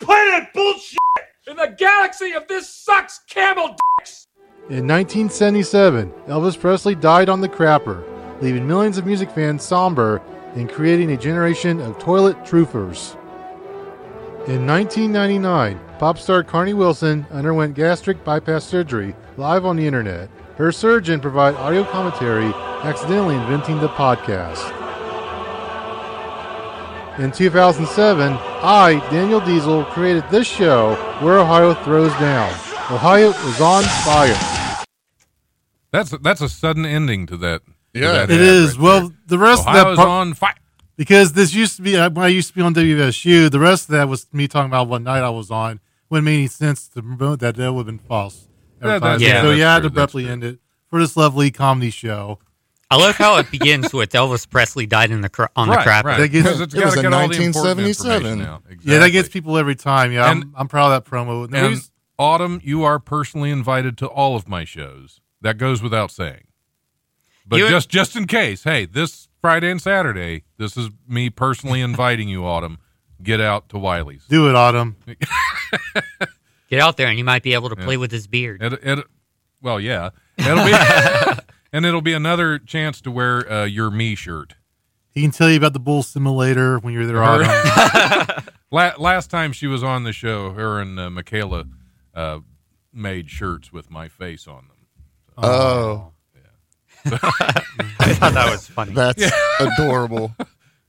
F: that bullshit in the galaxy of this sucks camel dicks.
C: In 1977, Elvis Presley died on the crapper, leaving millions of music fans somber and creating a generation of toilet troopers. In 1999, pop star Carney Wilson underwent gastric bypass surgery live on the internet. Her surgeon provided audio commentary, accidentally inventing the podcast. In 2007, I, Daniel Diesel, created this show, Where Ohio Throws Down. Ohio is on fire.
A: That's that's a sudden ending to that. to
D: Yeah.
A: that
C: It
A: ad
C: is.
A: right
C: Well,
A: there.
C: the rest of
A: Ohio's
C: that part,
A: on fire.
C: because this used to be uh, when I used to be on WSU. The rest of that was me talking about what night I was on. Wouldn't make any sense to promote that. That would have been false.
A: Yeah, that's-
C: advertising.
E: yeah,
C: so
A: that's
C: yeah, I had to
A: true, that's
C: abruptly
A: true.
C: end it for this lovely comedy show.
E: I love how it begins with Elvis Presley died in the cra- on the
A: Right,
E: crap.
A: right.
C: That gets-
A: 'Cause it's
D: It was
A: gotta
D: a
A: get all the important
D: 1977.
A: information out.
C: Yeah, that
A: Exactly.
C: gets people every time. Yeah,
A: And-
C: I'm, I'm proud of that promo. And the
A: And
C: reason-
A: Autumn, you are personally invited to all of my shows. That goes without saying. But
E: You-
A: just just in case, hey, this Friday and Saturday, this is me personally inviting you, Autumn. Get out to Wiley's.
C: do it, Autumn.
E: Get out there and you might be able to play with his beard.
A: It, it, well, yeah, it'll be, and it'll be another chance to wear uh, your me shirt.
C: He can tell you about the bull simulator when you're
A: <laughs>
C: there,
A: Her-
C: Autumn.
A: La- last time she was on the show, her and uh, Michaela uh, made shirts with my face on them.
D: Oh,
E: <laughs> I thought that was funny.
D: that's
A: <laughs>
D: adorable.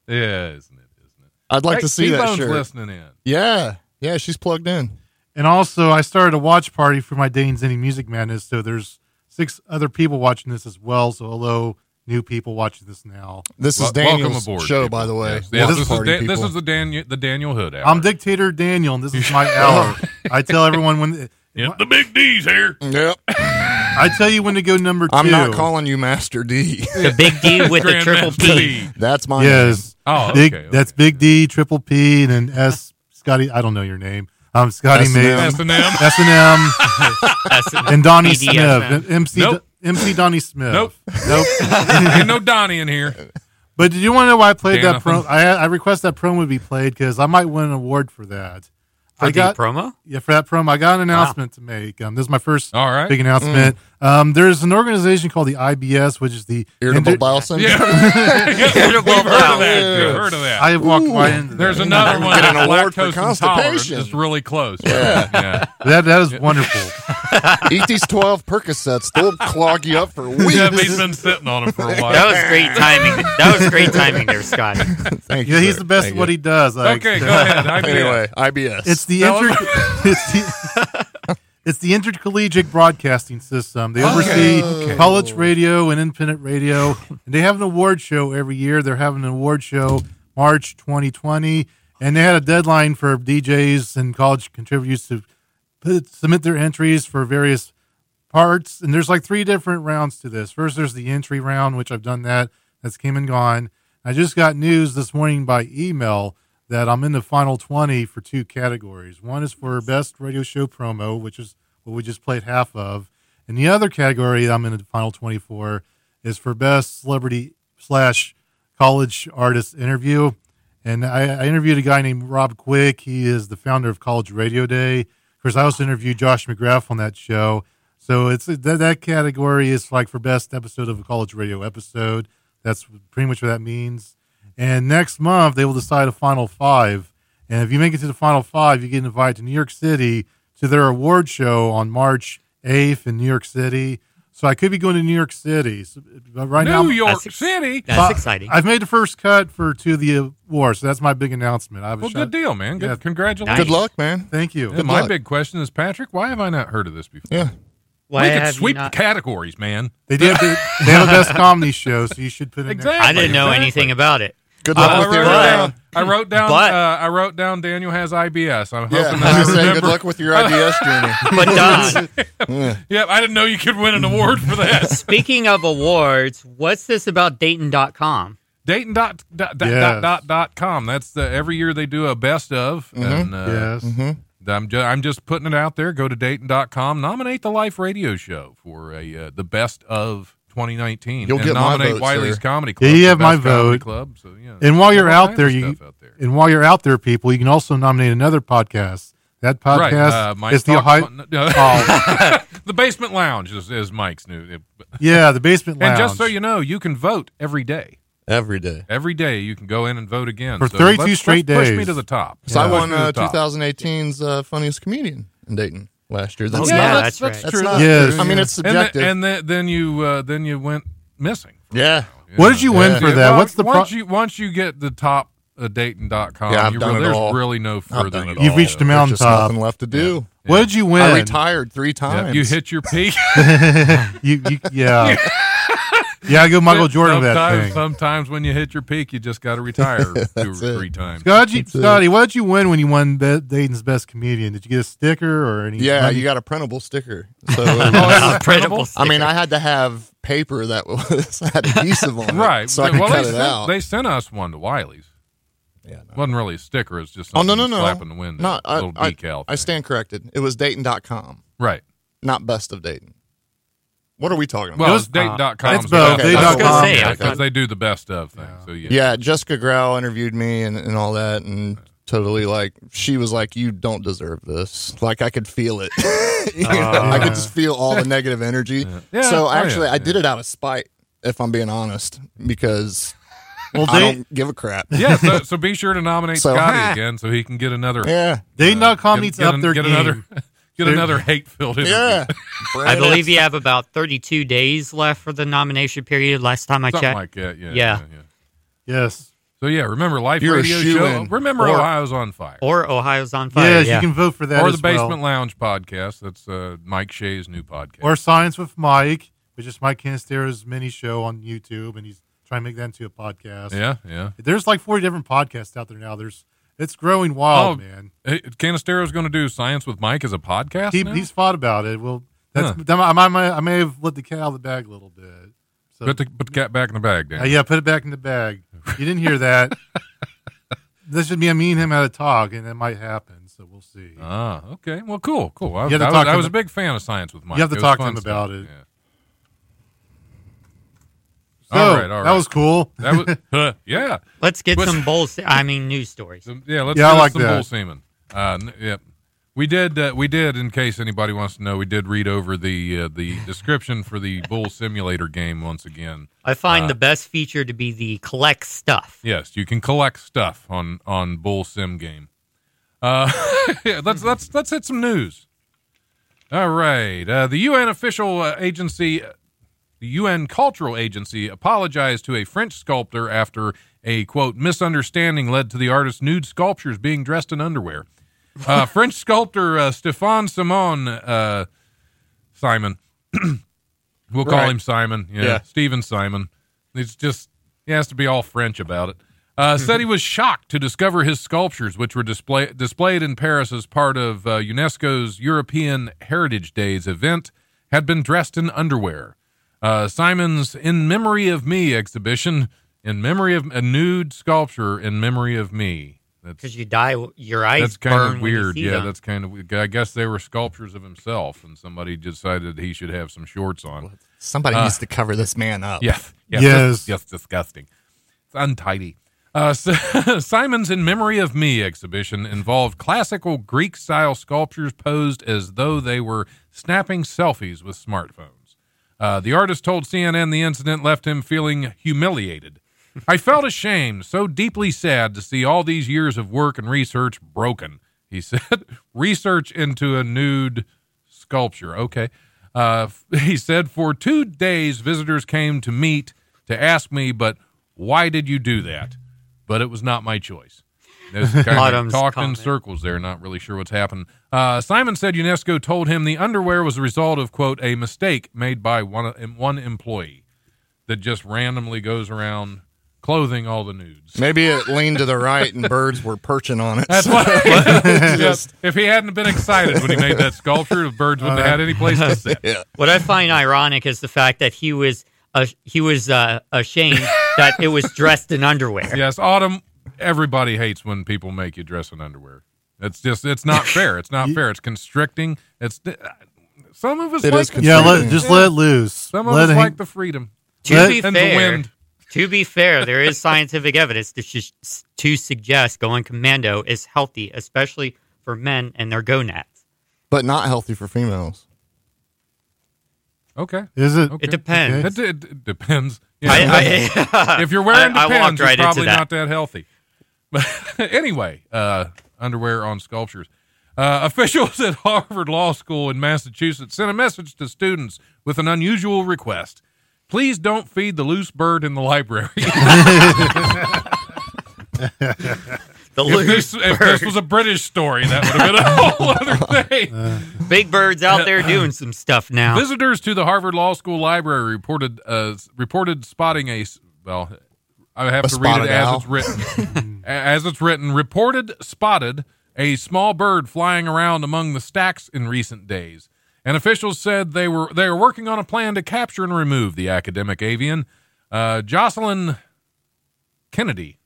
A: Yeah, isn't it? Isn't it?
D: I'd like
A: Hey,
D: to see that
A: T-Bone's
D: shirt.
A: listening in.
D: Yeah, yeah, she's plugged in.
C: And also, I started a watch party for my Dane's Any Music Madness. So there's six other people watching this as well. So hello, new people watching this now.
D: This
A: Wel-
D: is Daniel's
A: welcome aboard,
D: show,
A: people.
D: by the way.
A: Yes, yes,
D: Watch
A: this, is
D: party,
A: Dan- this
D: people.
A: is the Daniel the Daniel Hood. Hour.
C: I'm Dictator Daniel, and this is
A: <laughs>
C: my hour. I tell everyone when
A: Yeah, the big D's
D: <laughs>
A: here.
D: Yep.
C: I tell you when to go number 2
D: I'm not calling you Master
A: <laughs>
D: D.
E: The big D with the
A: Grand
E: triple
A: Master
E: P.
A: D.
D: That's my
C: Yes,
A: Oh, okay,
C: big.
A: okay.
C: That's Big D, Triple P, and then S. Scotty, I don't know your name. Um, Scotty
D: S&M.
C: Mays,
A: S and M.
C: S and M,
E: That's
C: and Donnie
E: BDSM.
C: Smith, and MC
A: Nope.
C: MC Donnie Smith.
A: Nope.
C: nope.
D: <laughs>
A: Ain't no Donnie in here.
C: But did you want to know why I played
A: Dan
C: that promo?
A: Upham.
C: I, I request that promo be played because I might win an award for that.
E: for
C: I got
E: the promo.
C: yeah for that promo. I got an announcement to make. Um, this is my first
A: Ah. All right. Mm.
C: big announcement. Um, there's an organization called the IBS, which is the
D: irritable
C: Indi-
D: bowel syndrome.
A: <laughs> <laughs> Yeah. Yeah, we've heard of
E: bowel.
A: that. We've heard of that.
C: I have walked right into
A: There's
C: that.
A: another one.
D: get an
A: that's
D: award for
A: lactose intolerant.
D: constipation.
A: It's really close. Yeah.
C: that that is wonderful.
A: <laughs>
D: Eat these 12 Percocets. They'll clog you up for
A: <laughs>
D: weeks.
A: Yeah, he's been sitting on him for a
E: That
A: while.
E: was great timing. That was great timing there, Scotty.
D: Thank you,
C: yeah, he's
D: sir.
C: the best at
D: Thank
C: what he
D: you.
C: does. I
A: Okay, go
C: <laughs> accept.
A: ahead. I
D: Anyway, IBS.
C: It's the
A: No.
C: inter- <laughs> it's the <laughs> it's the intercollegiate broadcasting system. They oversee college radio and independent radio, and they have an award show every year. They're having an award show March 2020, and they had a deadline for DJs and college contributors to put, submit their entries for various parts and there's like three different rounds to this first there's the entry round which i've done that that's came and gone i just got news this morning by email that i'm in the final 20 for two categories one is for best radio show promo which is what we just played half of and the other category i'm in the final 24 is for best celebrity slash college artist interview and I, I interviewed a guy named Rob Quick. He is the founder of College Radio Day. Of course, I also interviewed Josh McGrath on that show. So it's that, that category is like for best episode of a college radio episode. That's pretty much what that means. And next month they will decide a final five. And if you make it to the final five, you get invited to New York City to their award show on March eighth in New York City. So I could be going to New York City. So, but right now,
A: New York
E: That's-
A: City.
E: That's
C: but
E: exciting.
C: I've made the first cut for two of the awards, so that's my big announcement. I have a
A: Well,
C: shot-
A: good deal, man. Good.
C: Yeah.
A: Congratulations.
D: Good luck, man.
C: Thank you.
A: Yeah, my
D: luck.
A: big question is, Patrick, why have I not heard of this before?
D: Yeah.
E: Why
A: we
E: have
A: could
E: you
A: sweep
E: not-
A: the categories, man.
C: They do. Have the, they have a best comedy show, so you should put in
A: Exactly.
E: I didn't know anything about it.
D: Good
A: I
D: luck
A: wrote
D: with your uh,
A: down.
D: IBS.
A: I wrote down.
E: But-
A: uh, I wrote down. Daniel has IBS. I'm hoping
D: Yeah, I
A: that I
D: was saying
A: remember.
D: good luck with your IBS journey.
E: <laughs> But Don,
A: Yep, I didn't know you could win an award for
E: <laughs>
A: that.
E: speaking of awards, what's this about Dayton.com?
A: Dayton dot dot dot,
C: Yes.
A: dot dot dot com. That's the every year they do a best of. And, uh,
C: there. Yes.
A: I'm just, I'm just putting it out there. Go to Dayton.com. Nominate the Life Radio Show for a uh, the best of 2019.
D: You'll
A: and
D: get my
A: nominate
D: vote,
A: Wiley's
D: sir.
A: Comedy Club.
C: you
A: for
C: have my
A: best comedy
C: vote.
A: Club. So yeah.
C: And while
A: There's
C: you're
A: all
C: out
A: kinds
C: there,
A: of
C: you
A: stuff out there.
C: and while you're out there, people, you can also nominate another podcast That podcast
A: uh, Mike
C: is the
A: Talks-
C: Ohio.
A: no.
C: <laughs> Oh,
A: <laughs> the basement lounge is, is Mike's new. uh,
C: yeah, the basement
A: And
C: lounge.
A: just so you know, you can vote every day.
G: <laughs> every day.
A: Every day you can go in and vote again
C: For
A: So
C: 32
A: let's- let's
C: straight
A: Push me
C: days.
A: to the top.
D: So I
A: Push
D: won
A: me to
D: uh,
A: the top.
D: 2018's uh, funniest comedian in Dayton last year.
E: Oh,
D: That's
E: yeah,
D: not-
E: that's right.
D: that's
A: true.
D: not-
C: Yes.
D: I mean, it's
A: And, the-
D: subjective.
A: and the- then you uh, then you went missing.
D: yeah.
C: what did you win
D: Yeah.
C: for that?
A: Well,
C: What's the pro-
A: once you once you get the top uh, Dayton.com,
D: Yeah, I've
A: you
D: done
A: really,
D: it
A: there's
D: all.
A: really no further.
D: done it
A: you
D: all.
C: You've reached a
D: There's just
C: mountaintop.
D: nothing left to do.
C: What did you win?
D: I retired three
A: Yeah,
D: times.
A: you hit your peak.
C: You, you, yeah. yeah, I go <laughs> Michael Jordan with that
A: sometimes, <laughs>
C: thing.
A: Sometimes when you hit your peak, you just got to
D: <laughs>
A: retire two or
D: it.
A: three times.
C: Scotty,
D: it.
C: Scotty, what did you win when you won Be- Dayton's Best Comedian? Did you get a sticker or any?
D: Yeah,
C: money?
D: you got a printable sticker.
A: <laughs>
D: So
E: Incredible.
D: I mean, I had to have paper that <laughs> was had adhesive on it,
A: Right.
D: so I could
A: well,
D: cut
A: they,
D: it
A: sent,
D: out.
A: they sent us one to Wiley's.
D: Yeah, no.
A: wasn't really a sticker. It's just
D: oh no, no,
A: something
D: no,
A: slapping the window,
D: No, I,
A: little
D: I,
A: decal.
D: I
A: thing.
D: stand corrected. It was Dayton.com,
A: right.
D: not Best of Dayton. What are we talking about?
A: Well, it's date.com.
C: it's both.
D: Date dot
E: com.
A: Because
E: Okay.
A: they do the best of thing. So yeah.
D: yeah, Jessica Grau interviewed me and, and all that, and totally like she was like, "You don't deserve this." Like I could feel it. <laughs>
A: <laughs>
D: You know, I could just feel all the negative energy.
A: Oh, Yeah,
D: So
A: oh,
D: actually,
A: yeah,
D: I did it out of spite, if I'm being honest, because
C: Well,
D: I
C: Dayton,
D: don't give a crap.
A: Yeah, so, so be sure to nominate
D: <laughs> So-
A: Scotty again so he can get another <laughs>
D: Yeah.
C: Dayton.com
A: Uh, get-
C: needs
A: get
C: to up
A: an-
C: their
A: get
C: game.
A: another <laughs> get
C: They're-
A: another hate filled interview.
D: Yeah.
E: I believe you have about 32 days left for the nomination period. Last time I
A: Something
E: checked,
A: like that. Yeah.
E: Yeah.
C: Yes.
A: So yeah, remember Life
D: You're a
A: Radio Show.
D: shoo-in.
A: Remember
D: Or-
A: Ohio's on fire.
E: or Ohio's on fire.
C: yes,
E: yeah.
C: you can vote for that.
A: or
C: as
A: the Basement
C: well.
A: Lounge podcast. That's uh, Mike Shea's new podcast.
C: or Science with Mike, which is Mike Canistero's mini show on YouTube, and he's trying to make that into a podcast.
A: yeah, yeah.
C: There's like 40 different podcasts out there now. There's it's growing wild,
A: Oh,
C: man.
A: Hey, Canistero's going to do Science with Mike as a podcast.
C: He,
A: now?
C: he's fought about it. Well, that's that- I, might- I might- I may have let the cat out of the bag a little bit. So
A: put the, put the cat back in the bag, Dan.
C: Uh, yeah, put it back in the bag. You didn't
A: <laughs>
C: hear that. this should be a me and him out of talk, and it might happen. So we'll see.
A: Ah, okay. Well, cool, cool. I,
C: You have to
A: I was,
C: talk to
A: I was a
C: him-
A: big fan of Science with Mike.
C: have
A: It
C: to
A: was
C: talk to
A: fun
C: him
A: stuff.
C: about it.
A: Yeah.
C: so
A: all right, all
C: that
A: right.
C: was cool.
A: That was <laughs> huh, yeah,
E: Let's get
A: What's-
E: some bold. I mean, news stories.
A: Some- yeah. Let's
C: Yeah, I
A: get us
C: like
A: some
C: that.
A: bull semen. Uh, n- yep. We did. Uh, we did. In case anybody wants to know, we did read over the uh, the description for the bull simulator game once again.
E: I find the best feature to be the collect stuff.
A: Yes, you can collect stuff on on Bull Sim game. Uh, <laughs> yeah, let's let's let's hit some news. All right, uh, the UN official uh, agency, the UN Cultural Agency, apologized to a French sculptor after a quote misunderstanding led to the artist's nude sculptures being dressed in underwear. Uh, French sculptor uh, Stéphane Simon uh, Simon, we'll call
D: Right.
A: him Simon. Yeah,
D: Yeah.
A: Stephen Simon. It's just he has to be all French about it. Uh,
E: Mm-hmm.
A: said he was shocked to discover his sculptures, which were display, displayed in Paris as part of uh, UNESCO's European Heritage Days event, had been dressed in underwear. Uh, Simon's "In Memory of Me" exhibition, in memory of a nude sculpture, in memory of me. That's
E: Because you die, your eyes
A: that's
E: burn.
A: kind of
E: when you
A: weird.
E: see
A: Yeah,
E: them.
A: that's kind of weird. I guess they were sculptures of himself, and somebody decided he should have some shorts on.
D: Somebody
A: Uh.
D: needs to cover this man up.
A: Yes, yes,
C: Yes.
A: yes, disgusting. It's untidy. Uh, so- <laughs> Simon's "In Memory of Me" exhibition involved classical Greek-style sculptures posed as though they were snapping selfies with smartphones. Uh, the artist told CNN the incident left him feeling humiliated. I felt ashamed, so deeply sad to see all these years of work and research broken. He said, <laughs> "Research into a nude." sculpture. Okay. Uh, <laughs> he said, for two days, visitors came to meet to ask me, but why did you do that? But it was not my choice. There's
E: <laughs>
A: kind of
E: Autumn's
A: talked
E: comment.
A: in circles there, not really sure what's happened. Uh, Simon said UNESCO told him the underwear was the result of, quote, a mistake made by one, one employee that just randomly goes around clothing all the
D: <laughs>
A: nudes.
D: Maybe it leaned to the right and birds were perching on it.
A: That's why. if he hadn't been excited when he made that sculpture, the birds wouldn't have had any place to sit.
E: What I find ironic is the fact that he was uh, he was uh, ashamed that it was dressed in
A: <laughs>
E: underwear.
A: Yes, autumn. Everybody hates when people make you dress in underwear. It's just it's
D: <laughs>
A: not fair. It's not fair. It's constricting. It's some of us
D: It
A: like
D: is
A: the-
C: yeah, let,
D: Yeah.
C: just let it loose.
A: some of
C: let
A: us
C: it hang-
A: like the freedom.
E: To
C: Let-
E: be
A: and the
E: fair,
A: wind.
E: to be fair, there is scientific evidence to, sh- to suggest going commando is healthy, especially for men and their gonads.
D: <laughs> but not healthy for females.
A: Okay.
C: <laughs> Is it?
A: Okay.
E: It
A: That
E: depends.
A: d- d- depends. Yeah.
E: I, I, <laughs>
A: if you're wearing
E: I- I
A: depends,
E: walked right
A: you're
E: into
A: probably
E: that.
A: not that healthy. <laughs> But anyway, uh, underwear on sculptures. Uh, officials <laughs> at Harvard Law School in Massachusetts sent a message to students with an unusual request: Please don't feed the loose bird in the library. <laughs>
E: the
A: if,
E: loose
A: this, if this
E: bird.
A: was a British story, that would have been a
D: <laughs>
A: whole other thing.
D: Uh,
E: Big Bird's out there doing some stuff now.
A: Visitors to the Harvard Law School library reported uh, reported spotting a s- well. I have
D: A
A: to read it
D: spotted
A: as
D: owl.
A: it's
D: <laughs>
A: written. A- as it's written, reported spotted a small bird flying around among the stacks in recent days. And officials said they were they are working on a plan to capture and remove the academic avian. Uh, Jocelyn Kennedy.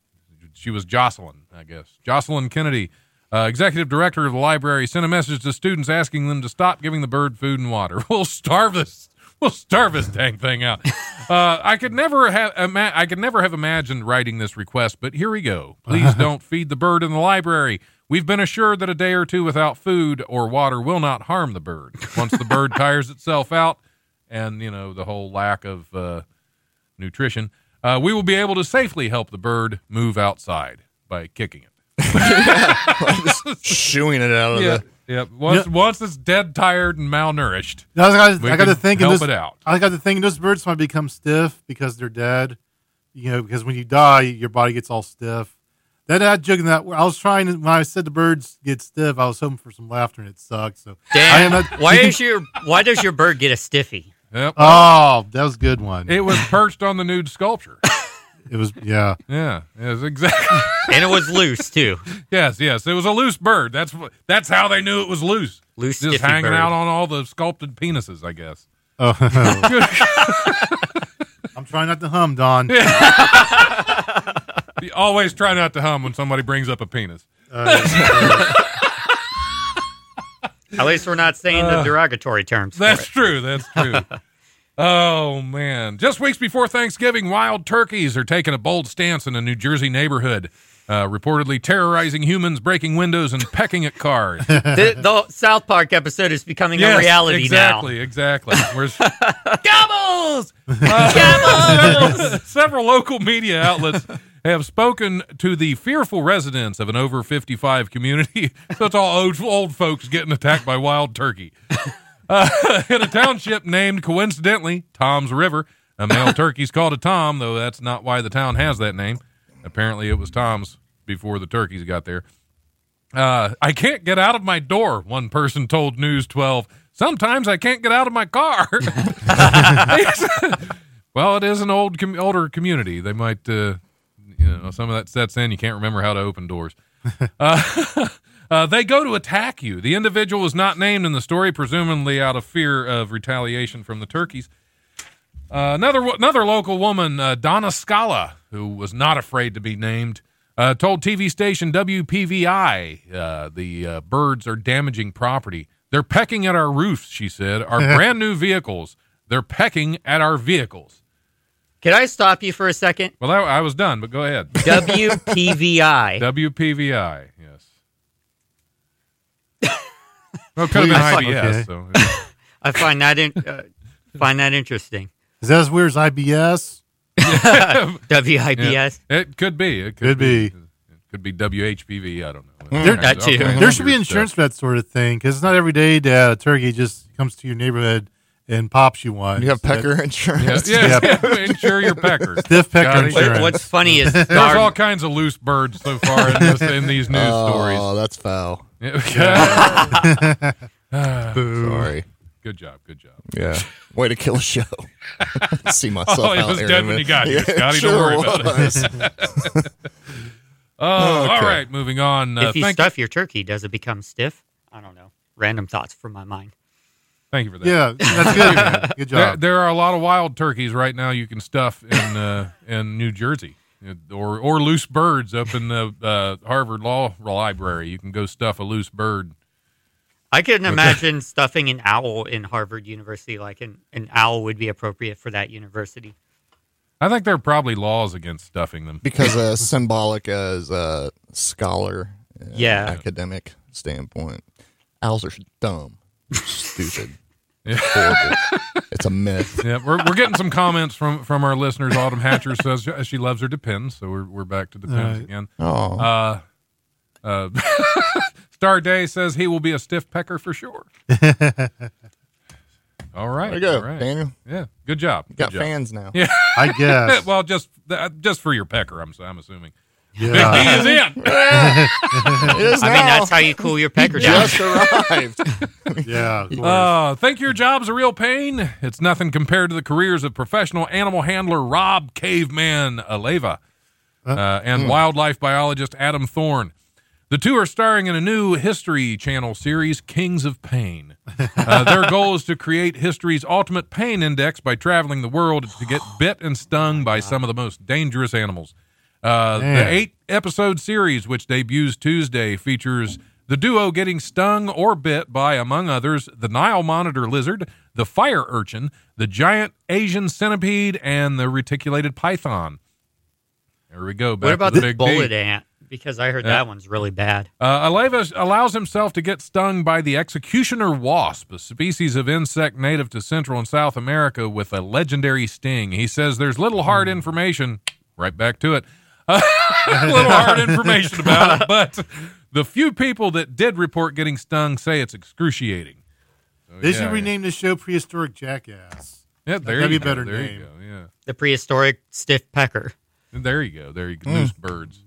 A: She was Jocelyn, I guess. Jocelyn Kennedy, uh, executive director of the library, sent a message to students asking them to stop giving the bird food and water. <laughs> We'll starve this. We'll starve this dang thing out. Uh, I could never have. Ima- I could never have imagined writing this request, but here we go. Please don't feed the bird in the library. We've been assured that a day or two without food or water will not harm the bird. Once the bird tires itself out, and you know the whole lack of uh, nutrition, uh, we will be able to safely help the bird move outside by kicking it.
D: Shooing it
E: Oh,
D: out of the
A: Yep. Once, once it's dead, tired, and malnourished.
C: I got,
A: We
C: I got to
A: can
C: thinking
A: help it
C: this.
A: out.
C: I got to thinking those birds might become stiff because they're dead. You know, because when you die, your body gets all stiff. That ad jug and that I was trying to- when I said the birds get stiff, I was hoping for some laughter and it sucked. So I am
E: Damn.
C: not-
E: why
C: you can-
E: is your why does your bird get a stiffy?
A: Yep.
C: <laughs> Oh, that was a good
A: <laughs>
C: one.
A: it was perched on the nude sculpture.
C: It was yeah.
A: Yeah. Yes. Exactly. <laughs>
E: And it was loose too.
A: yes. Yes. It was a loose bird. That's wh- that's how they knew it was loose.
E: Loose
A: Just
E: stiffy
A: hanging
E: bird.
A: out on all the sculpted penises, I guess.
C: Oh. I'm trying not to hum,
A: <laughs>
C: Don.
A: You always try not to hum when somebody brings up a penis.
E: At least we're not saying the derogatory terms. for
A: Uh, That's
E: it.
A: true. That's true. oh man! Just weeks before Thanksgiving, wild turkeys are taking a bold stance in a New Jersey neighborhood, uh, reportedly terrorizing humans, breaking windows, and pecking at cars.
E: The, the South Park episode is becoming a
A: Yes,
E: reality <laughs>
A: exactly, exactly. Where's gobbles? <laughs> Several, several local media outlets have spoken to the fearful residents of an over 55 community. <laughs> so it's all old, old folks getting attacked by wild turkey. <laughs> Uh, in a township named coincidentally Tom's River, a male turkey's called a Tom, though that's not why the town has that name. Apparently, it was Tom's before the turkeys got there. Uh, I can't get out of my door, one person told News 12. Sometimes I can't get out of my car. <laughs> well, it is an old, com- older community. They might, uh, you know, some of that sets in. You can't remember how to open doors. Uh, <laughs> uh, they go to attack you. The individual is not named in the story, presumably out of fear of retaliation from the turkeys. Uh, another wo- another local woman, uh, Donna Scala, who was not afraid to be named, uh, told TV station WPVI uh, the uh, birds are damaging property. They're pecking at our roofs, she said. Our brand new vehicles. They're pecking at our vehicles.
E: now. Can I stop you for a second?
A: Well, I, I was done, but go ahead.
E: WPVI.
A: WPVI, yes. Well, it could have been
C: Please.
A: IBS.
C: Okay.
A: So.
E: I find that in, uh, find that interesting.
C: Is that as weird as IBS?
E: WIBS.
A: Yeah. It could be. It could,
C: Could
A: be. It could be WHPV. I don't know.
C: There-
E: That too.
A: Okay.
C: There should be
A: Weird
C: insurance
A: stuff.
C: for that sort of thing because it's not every day that a turkey just comes to your neighborhood and pops you one.
D: You have
C: That-
D: pecker
A: Yeah,
D: insurance.
A: yeah, <laughs> insure your pecker.
C: <laughs> Stiff pecker
A: Got it.
C: insurance.
E: What- What's
A: <laughs>
E: funny is
A: There's all
E: Star-
A: kinds of loose birds so far in, this, in these news
C: Uh,
A: <laughs>
D: Oh, that's foul.
A: stories. Yeah.
D: Sorry.
A: good job. Good job. <laughs>
D: Yeah. Way to kill a show. <laughs> See myself
A: Oh, it
D: out
A: was
D: there in a
A: dead when
D: minute.
A: you got here,
D: Yeah,
A: Scotty.
D: sure
A: Don't worry about it. <laughs>
D: was.
A: Oh, all
D: Okay.
A: right. Moving on. Uh,
E: if you
A: thank,
E: stuff your turkey, does it become stiff? I don't know. Random thoughts from my mind.
A: thank you for that.
C: <laughs> Yeah,
A: <laughs>
C: that's good. Good
A: There,
C: job.
A: there are a lot of wild turkeys right now you can stuff in uh, in New Jersey, or or loose birds up in the uh, Harvard Law Library. You can go stuff a loose bird.
E: I couldn't imagine stuffing an owl in Harvard University. Like an, an owl would be appropriate for that university.
A: I think there are probably laws against stuffing them.
D: because uh, symbolic as a scholar, and
E: Yeah.
D: academic. standpoint. Owls are
A: <laughs>
D: dumb, stupid, horrible. It's a myth.
A: Yeah, we're, we're getting some comments from from our listeners. Autumn Hatcher says she loves her depends, so we're we're back to depends
C: Right.
A: again.
D: Oh,
A: Uh, uh, Star Day says he will be a stiff pecker for sure. all right,
D: there you go,
A: all right.
D: Daniel.
A: Yeah, good job.
D: You got
A: good job.
D: fans now.
A: Yeah.
C: I
A: <laughs>
C: guess.
A: well, just uh, just for your pecker, I'm I'm assuming. Big D
C: yeah.
A: is in.
D: It is
E: I
D: now.
E: mean, that's how you cool your pecker down.
D: just arrived.
C: yeah. of course.
A: <laughs> Uh, think your job's a real pain? It's nothing compared to the careers of professional animal handler Rob Caveman Aleva uh, and wildlife biologist Adam Thorne. The two are starring in a new History Channel series, Kings of Pain. Uh,
E: <laughs>
A: their goal is to create history's ultimate pain index by traveling the world to
E: <sighs>
A: get bit and
E: Oh
A: stung by some of the most dangerous animals. Uh, the
C: Man.
A: eight episode series, which debuts Tuesday, features the duo getting stung or bit by, among others, the Nile monitor lizard, the fire urchin, the giant Asian centipede, and the reticulated python. There we go. Back
E: What about
A: to the
E: the
A: big
E: bullet
A: D.
E: ant? Because I heard
A: Yeah.
E: that one's really bad.
A: Uh, Aleva allows himself to get stung by the executioner wasp, a species of insect native to Central and South America with a legendary sting. He says there's little
C: Hmm.
A: hard information, right back
C: <laughs>
A: to it, <laughs> little hard information about it, but the few people that did report getting stung say it's excruciating. So,
C: They should
A: Oh, yeah,
C: rename the show Prehistoric Jackass.
A: Yeah, Yeah, there
C: That'd
A: you
C: be
A: go,
C: better
A: there you
C: name.
A: go, yeah.
E: The prehistoric stiff pecker.
A: There you go. There you
C: Hmm.
A: go. Loose birds.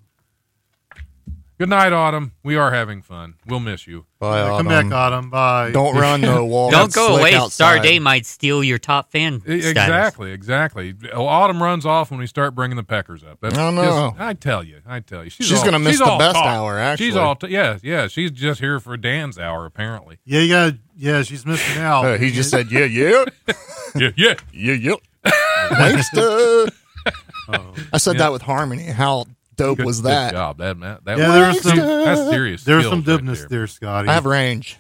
A: Good night, Autumn. We are having fun. We'll miss you.
D: Bye,
C: Come
D: Autumn.
C: back, Autumn. Bye.
D: um, Don't
A: <laughs>
D: run the wall.
E: Don't
D: It's
E: go
D: slick
E: away. Star
D: outside.
E: Day might steal your top fan.
A: E-
E: status.
A: Exactly, exactly. Oh, Autumn runs off when we start bringing the peckers up. That's
D: Oh, no.
A: just- I tell you, I tell you, she's,
D: She's
A: all-
D: gonna miss
A: she's
D: the
A: all
D: best
A: talk.
D: hour, actually.
A: she's all t- yeah, yeah. She's just here for Dan's hour, apparently. <laughs>
C: Yeah, you gotta, yeah, she's missing out.
D: Uh, he just said, yeah, yeah,
A: yeah, yeah.
D: yeah,
A: <laughs>
D: yeah. Wankster.
C: Oh.
D: I said that with harmony. How dope
A: Good-
D: was
A: good
D: that?
A: job? That that, that
C: Yeah,
A: was
C: there was
A: some-
C: some-
A: that's serious.
C: There's
A: skills
C: some
A: right
C: dubness
A: there.
C: there. Scotty.
D: I have range.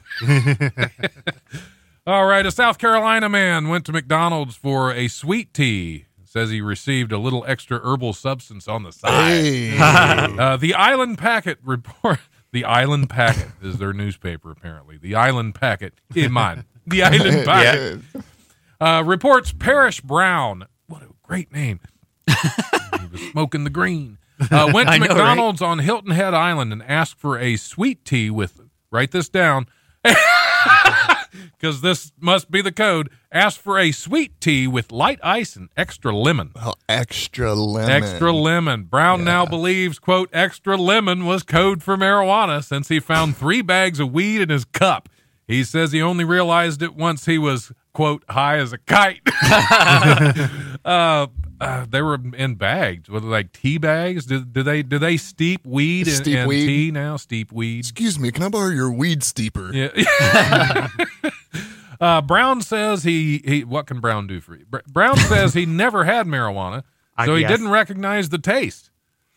A: All right, a South Carolina man went to McDonald's for a sweet tea. Says he received a little extra herbal substance on the side. <laughs>
D: Hey.
A: Uh, the Island Packet report. <laughs> The Island Packet is their newspaper, apparently. The Island Packet. In mine.
E: <laughs>
A: The Island Packet. Uh, reports Parrish Brown. What a great name. he was smoking the green. Uh,
E: <laughs>
A: went to
E: I know, right?
A: McDonald's on Hilton Head Island and asked for a sweet tea with, write this down, <laughs> because this must be the code. Asked for a sweet tea with light ice and extra lemon.
D: Oh, extra lemon.
A: Extra lemon. Brown now believes, quote, extra lemon was code for marijuana since he found three bags of weed in his cup. He says he only realized it once he was, quote, high as a kite. <laughs> uh, uh, they were in bags, were they like tea bags? Do, do they do they steep weed in,
D: Steep
A: in
D: weed.
A: tea now? Steep weed.
D: Excuse me, can I borrow your weed steeper?
A: Yeah. <laughs> uh, Brown says he, he what can Brown do for you? Br- Brown says
E: <laughs>
A: he never had marijuana,
E: I
A: so he
E: guess.
A: didn't recognize the taste.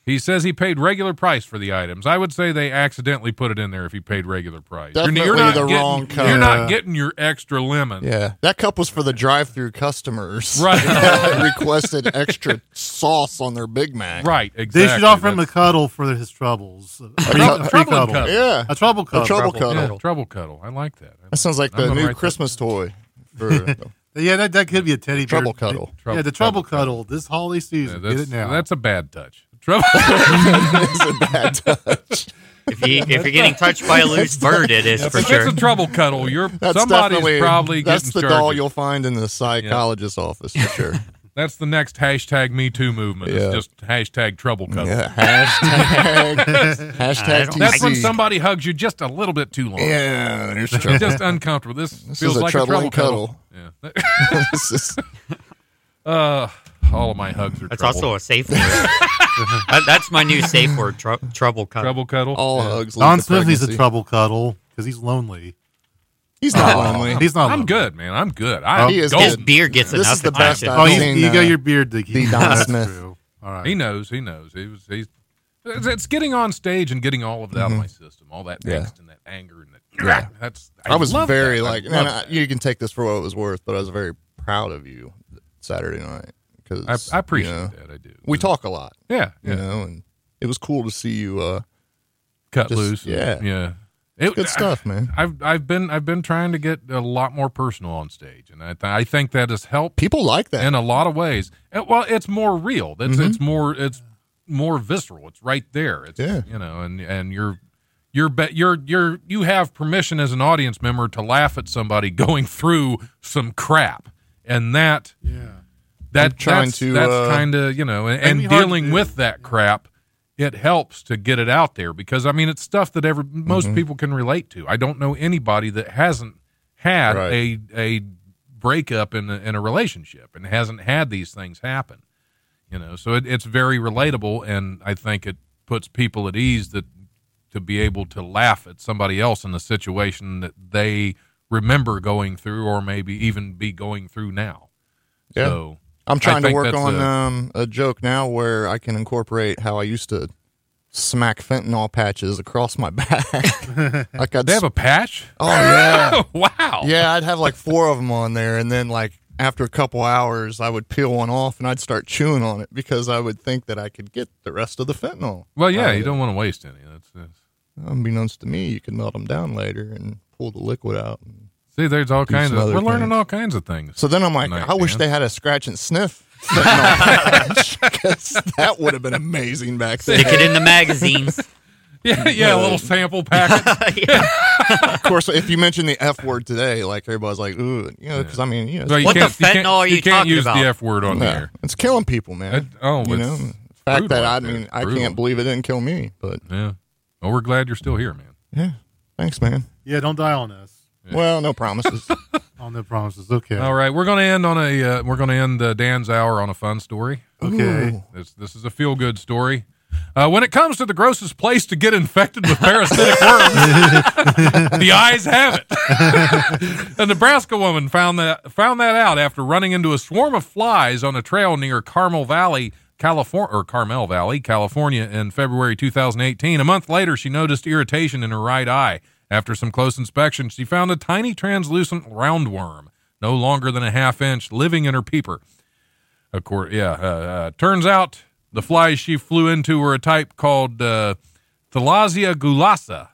A: He says he paid regular price for the items. I would say they accidentally put it in there if he paid regular price. You're-
D: Definitely the
A: getting,
D: wrong kind.
A: You're not
C: Yeah.
A: getting your extra lemon.
D: Yeah. That cup was for the drive-through customers.
A: Right.
D: <laughs> that requested extra sauce on their Big Mac.
A: right.
C: they
A: Exactly.
C: should offer him a
A: That's-
C: cuddle for his troubles. A free,
D: trou-
C: a free
A: troubling
C: cuddle.
A: cuddle.
D: Yeah.
C: A trouble cuddle.
D: trouble cuddle.
A: yeah, trouble cuddle. I like that. I
D: That sounds like
A: I'm
D: the
A: gonna
D: new
A: write that
D: Christmas toy.
A: <laughs>
D: For,
C: Yeah, that, that could be a teddy bear.
D: Trouble cuddle.
C: yeah, the
A: Trouble
C: trouble cuddle. This holiday season.
A: Yeah,
C: Get
A: that's-
C: it now.
A: That's a bad touch.
D: <laughs>
A: Trouble.
D: <laughs>
A: <laughs>
D: It's a bad touch.
E: If, you, if you're getting
A: <laughs>
E: touched by a loose bird, it is for
A: if
E: sure.
A: it's a trouble cuddle, you're
D: That's
A: somebody's
D: definitely
A: probably
D: that's the
A: getting
D: doll
A: charges.
D: you'll find in the psychologist's office for
A: <laughs>
D: sure.
A: That's the next hashtag Me Too movement.
D: Yeah.
A: It's just hashtag trouble cuddle.
D: yeah,
A: <laughs>
D: hashtag hashtag TC.
A: That's when somebody hugs you just a little bit too long.
D: yeah, there's trouble.
A: It's just uncomfortable. This,
D: This
A: feels
D: is a
A: like a trouble
D: troubling
A: cuddle. Yeah.
D: <laughs> This is-
A: uh, all of my hugs are
E: That's
A: trouble.
E: also a safe word. <laughs> That- that's my new safe word, tru- trouble cup.
A: trouble cuddle.
D: all hugs. lead
C: Don
D: to
C: Smith needs a
D: pregnancy.
C: trouble cuddle because he's lonely.
D: He's not lonely.
C: He's not.
A: I'm
C: lonely.
A: good, man. I'm good. I,
D: Oh, He is
E: His
D: good.
E: beer gets
D: This
E: enough
D: is the best
E: attention.
D: I've
C: Oh, you,
D: seen,
C: you
D: uh,
C: got your beard to keep.
D: the
C: <laughs>
D: Don
C: That's
D: Smith.
C: true. All right.
A: He knows. He knows. He was. He's. It's, it's getting on stage and getting all of that out of my system. All that
D: Mm-hmm. Yeah.
A: angst and that anger and that. That's. Oh, I,
D: I was
A: love
D: very
A: that. I
D: like,
A: love
D: man, I,
A: that.
D: you can take this for what it was worth, but I was very proud of you Saturday night because
A: I, I appreciate that. I do.
D: We talk a lot,
A: Yeah.
D: you
A: Yeah.
D: know, and it was cool to see you. Uh,
A: Cut
D: Just-
A: loose. and-
D: yeah.
A: Yeah. It,
D: Good stuff, man.
A: I, have I've been I've been trying to get a lot more personal on stage, and I th- I think that has helped
D: People like that.
A: in a lot of ways. And, well, it's more real. It's
D: Mm-hmm.
A: it's more it's more visceral. It's right there. It's,
D: Yeah.
A: you know, and and you're you're be, you're you're you have permission as an audience member to laugh at somebody <laughs> going through some crap, and that
C: Yeah.
A: that
D: trying
A: that's,
D: to,
A: that's
D: uh,
A: kind of you know, and,
C: It'd be
A: and
C: hard to
A: dealing
C: do.
A: with that crap. It helps to get it out there because I mean it's stuff that every most
D: Mm-hmm.
A: people can relate to. I don't know anybody that hasn't had
D: Right.
A: a a breakup in a, in a relationship and hasn't had these things happen. You know, so it, it's very relatable, and I think it puts people at ease that to be able to laugh at somebody else in a situation that they remember going through or maybe even be going through now.
D: Yeah.
A: So
D: I'm
A: I
D: trying to
A: think
D: work
A: that's
D: on
A: a-
D: um, a joke now where I can incorporate how I used to smack fentanyl patches across
A: <laughs>
D: my <laughs> back. like I'd
A: They have a patch? <laughs>
D: oh yeah,
A: wow.
D: yeah. I'd have like four of them on there, and then like after a couple hours, I would peel one off and I'd start chewing on it because I would think that I could get the rest of the fentanyl.
A: Well, yeah,
D: out of
A: you
D: it.
A: don't want to waste any. That's, that's
D: Unbeknownst to me, you could melt them down later and pull the liquid out.
A: see, there's all kinds
D: some
A: of.
D: other
A: We're learning
D: things.
A: all kinds of things.
D: So then I'm like,
A: Night,
D: I wish
A: man.
D: they had a scratch
A: <laughs>
D: and sniff. fentanyl patch, <laughs> 'cause that would have been amazing back then.
E: Stick it
A: <laughs>
E: in the magazines. <laughs>
A: yeah, yeah, a little sample packet.
E: Yeah.
D: of course, if you mention the F word today, like everybody's like, ooh, you know, because I mean, you know,
A: So you
E: What the
A: can't- you can't-
E: fentanyl are you
A: can't
E: talking
A: use
E: about?
A: the F word on
D: no,
A: there.
D: it's killing people, man.
A: It- oh,
D: you
A: it's
D: know, the fact that
A: brutal
D: I
A: out there.
D: mean, I
A: Brutal.
D: can't believe it didn't kill me, but
A: Yeah. Well, we're glad you're still here, man.
D: yeah, thanks, man.
C: Yeah, don't die on us.
D: Well,
A: <laughs>
D: no promises.
C: Oh, no promises. Okay.
A: All right, we're going to end on a. Uh, we're going to end uh, Dan's hour on a fun story.
C: Okay.
A: This this is a feel good story. Uh, when it comes to the grossest place to get infected with parasitic <laughs> worms, the eyes have it. <laughs> a Nebraska woman found that found that out after running into a swarm of flies on a trail near Carmel Valley, California, or Carmel Valley, California, in February 2018. A month later, she noticed irritation in her right eye. After some close inspection, she found a tiny translucent roundworm, no longer than a half inch, living in her peeper. Of course, yeah. Uh, uh, turns out the flies she flew into were a type called uh, Thalassia gulasa,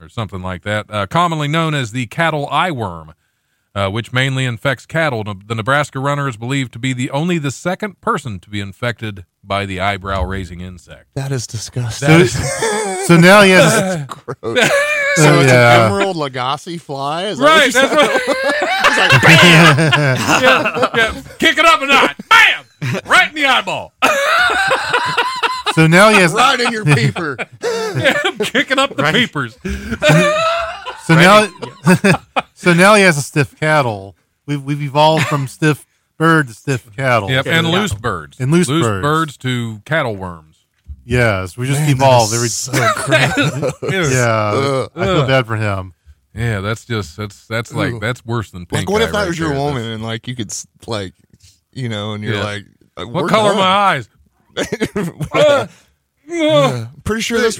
A: or something like that, uh, commonly known as the cattle eye worm, uh, which mainly infects cattle. Ne- The Nebraska runner is believed to be the only the second person to be infected by the eyebrow raising insect.
D: that is disgusting.
A: That
D: so
C: So now he has.
A: <laughs>
D: it's
C: Yeah.
D: an emerald Lagasse fly, is that what
A: Right,
D: you
A: that's
D: said?
A: right. yeah, yeah, kick it up a notch, bam, right in the eyeball. <laughs>
C: So now he has.
D: right in
A: <laughs>
D: your peeper.
A: Kicking up the peepers.
C: So now. <laughs> so now he has a stiff cattle. We've we've evolved from stiff bird to stiff cattle.
A: Yep, and loose birds.
C: And loose
A: loose
C: birds.
A: birds to cattle worms.
C: Yes, we just
D: Man, that
C: evolved.
D: is
C: Every,
D: so
A: <laughs> yeah.
C: yeah, I feel bad for him.
A: yeah, that's just that's that's like
D: Ooh.
A: that's worse than pink.
D: Like, what
A: eye
D: if that
A: right
D: was your
A: there.
D: woman and like you could s- like, you know, and you're
A: Yeah.
D: like, like,
A: What
D: we're
A: color
D: done.
A: my
D: <laughs>
A: eyes? Uh, uh.
D: Pretty sure this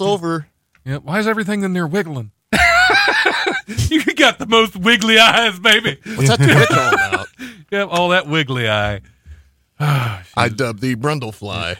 A: <laughs>
D: over.
A: Yeah, why is everything in there wiggling? <laughs> you got the most wiggly eyes, baby.
D: What's
A: <laughs>
D: that twitch all about?
A: Yeah, all that wiggly eye.
D: I dub the <laughs> Brundlefly.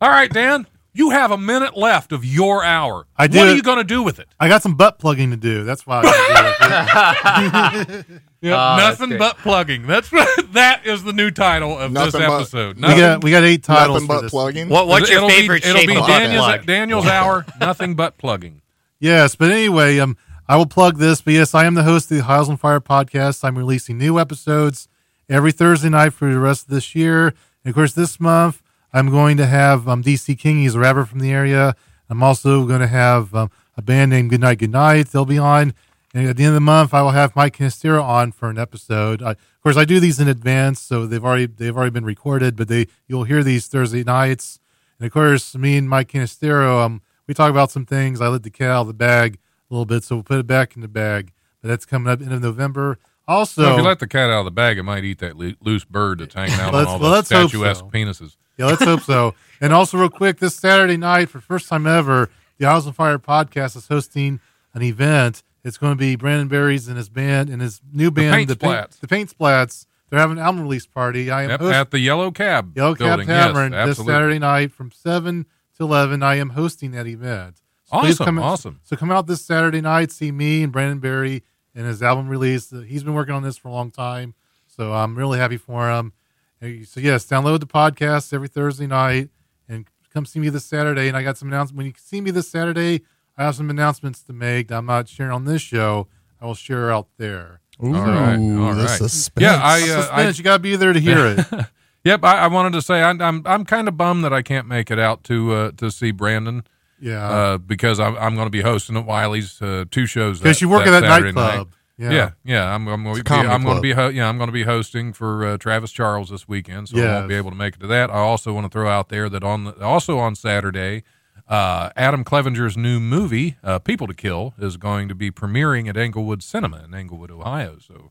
A: All right, Dan, you have a minute left of your hour.
C: I
A: What
C: do.
A: are you going to do with it?
C: I got some butt plugging to do. That's why. I gotta do it.
A: Yeah,
E: Oh, that's
A: nothing
E: great.
A: but plugging. That's <laughs> that is the new title of this
D: Nothing but-
A: episode.
C: we got we got eight titles
D: Nothing
C: for
D: but
C: this.
D: plugging.
E: What, what's your
A: It'll be-
E: favorite
A: it'll
E: shape
A: be
E: of butt
A: Daniel's,
C: <laughs>
E: plug?
A: Daniel's hour. Nothing but plugging.
C: Yes, but anyway, um, I will plug this. But yes, I am the host of the Hiles on Fire podcast. I'm releasing new episodes every Thursday night for the rest of this year. And of course, this month I'm going to have um, DC King. He's a rapper from the area. I'm also going to have um, a band named Goodnight Goodnight. They'll be on. And at the end of the month, I will have Mike Canistero on for an episode. I, of course, I do these in advance, so they've already they've already been recorded. But they you'll hear these Thursday nights. And of course, me and Mike Canistero, um, we talk about some things. I let the cat out of the bag a little bit, so we'll put it back in the bag. But that's coming up end of November. Also,
A: Well, if you let the cat out of the bag, it might eat that loo- loose bird that's hanging out on
C: Let's-
A: all
C: well,
A: those
C: let's hope
A: statuesque
C: so.
A: penises.
C: yeah, let's
A: <laughs>
C: hope so. And also, real quick, this Saturday night, for first time ever, the Isles on Fire podcast is hosting an event. It's going to be Brandon Berries and his band and his new band,
A: Paint
C: the, Paint-
A: Splats.
C: the Paint Splats. They're having an album release party. I am
A: Yep,
C: hosting-
A: at the Yellow Cab
C: Yellow Cab
A: building.
C: Tavern
A: yes,
C: this
A: absolutely.
C: Saturday night from 7 to 11. I am hosting that event. So Please
A: Awesome,
C: come out-
A: awesome.
C: So come out this Saturday night, see me and Brandon Barry and his album release. Uh, He's been working on this for a long time, so I'm really happy for him. Hey, So yes, download the podcast every Thursday night and come see me this Saturday. And I got some announcements. When you see me this Saturday, I have some announcements to make. that I'm not sharing on this show. I will share out there.
D: Ooh,
A: right, all
D: the
A: right.
D: suspense.
A: Yeah, I, uh, I
C: Suspense, you got to be there to hear
A: <laughs>
C: it.
A: Yep, I, I wanted to say I, I'm I'm kind of bummed that I can't make it out to uh, to see Brandon
C: Yeah.
A: uh, because I'm, I'm going to be hosting at Wiley's uh, two shows.
C: because
A: that-
C: you work at that
A: Saturday
C: nightclub.
A: night. Yeah. yeah, I'm, I'm going to
D: a
A: be,
D: comedy
A: I'm going to
D: club.
A: be ho- yeah I'm going to be hosting for uh, Travis Charles this weekend, so I
C: Yes.
A: won't be able to make it to that. I also want to throw out there that on the, also on Saturday, uh, Adam Clevenger's new movie uh, People to Kill is going to be premiering at Englewood Cinema in Englewood, Ohio. So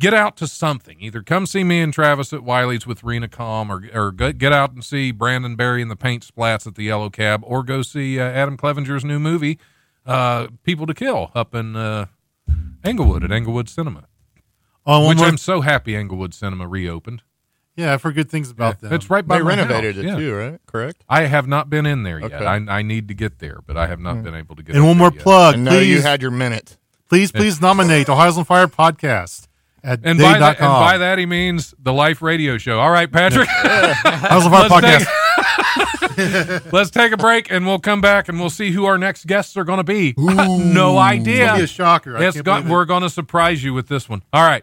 A: get out to something. Either come see me and Travis at Wiley's with Rena Calm, or or go, get out and see Brandon Barry and the Paint Splats at the Yellow Cab, or go see uh, Adam Clevenger's new movie, uh, People to Kill, up in uh, Englewood at Englewood Cinema,
C: Oh, one
A: which
C: more-
A: I'm so happy Englewood Cinema reopened.
C: yeah, I've heard good things about them.
A: It's right by
D: They
A: my
D: renovated
A: house,
D: it
A: yeah.
D: too, right? Correct.
A: I have not been in there yet.
D: Okay.
A: I, I need to get there, but I have
C: Hmm.
A: not been able to get.
C: And
A: up
C: one
A: there
C: more
A: yet.
C: plug,
D: And
C: please.
D: no, you had your minute.
C: please, please nominate Ohio's on Fire podcast at
A: And by, that, and
C: day.com.
A: by that he means the Life Radio Show. All right,
C: <laughs>
A: Patrick. <laughs>
C: Ohio's on Fire
A: Let's
C: podcast.
A: <laughs>
C: <laughs>
A: Let's take a break and we'll come back and we'll see who our next guests are going to be. no idea.
C: That'd be a shocker. I
A: It's
C: can't
A: got-
C: believe it.
A: we're going to surprise you with this one. All right.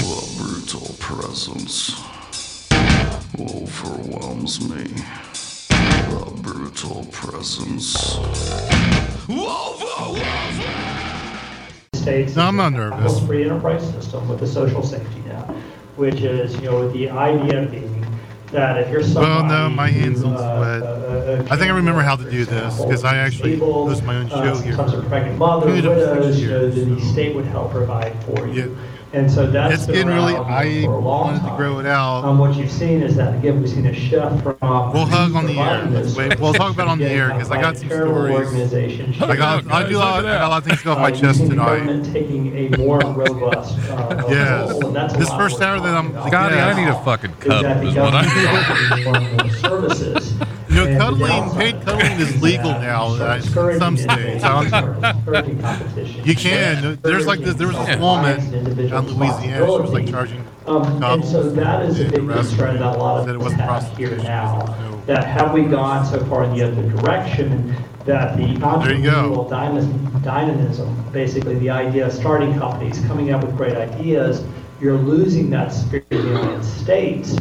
B: The brutal presence overwhelms me. The brutal presence.
G: states
C: No, I'm not
G: is
C: nervous.
G: a free enterprise system with a social safety net, which is, you know, the idea being that if you're somebody,
C: Well, no, my hands don't
G: who, uh,
C: sweat.
G: uh, uh,
C: I think I remember how to
G: for
C: do this,
G: example,
C: 'cause I actually
G: disabled,
C: host my own
G: uh,
C: show here
G: Sometimes a pregnant mother,
C: two to six
G: widows, you know,
C: years,
G: the, the
C: so-
G: state would help provide for you.
C: Yeah.
G: And so that's
C: It's
G: been
C: getting really-
G: around
C: I
G: for a long
C: wanted to
G: time.
C: grow it out.
G: Um, what you've seen is that again, we've seen a shift from
C: We'll hug on the air. Let's wait. We'll talk about it on the air, 'cause I got some
G: Terrible
C: stories.
G: organization.
C: I
G: <laughs>
C: got, I, do a lot, I got a lot of things to go off my
G: Uh,
C: chest
G: using the
C: tonight.
G: government Taking a more robust. Uh,
C: Yes.
G: role, and that's a
C: This
G: lot
C: first
G: we're
C: hour that I'm-
G: talking about
A: Scotty,
C: Yeah.
A: I need a
G: now,
A: fucking
G: is
A: cup.
G: that the
A: Is what I need.
G: government is offering services.
C: You know,
G: And the
C: cuddling-
G: downside
C: paid cuddling is
G: that
C: legal now,
G: it's
C: uh, in
G: discouraging
C: some
G: innovation,
C: states. I don't-
G: discouraging competition,
C: You can. There's like this. There was this
G: discouraging
C: woman
G: self-reliance and individual
C: out in Louisiana. She was like
G: responsibility.
C: charging.
G: Um, and
C: cops
G: so that is a
C: and
G: big
C: arrest
G: concern that a lot
C: Said it
G: of us
C: wasn't
G: have here
C: prostitution.
G: now.
C: No.
G: That have we gone so far in the other direction that the
C: There you go.
G: entrepreneurial dynamism, dynamism, basically the idea of starting companies, coming up with great ideas, you're losing that spirit in the United States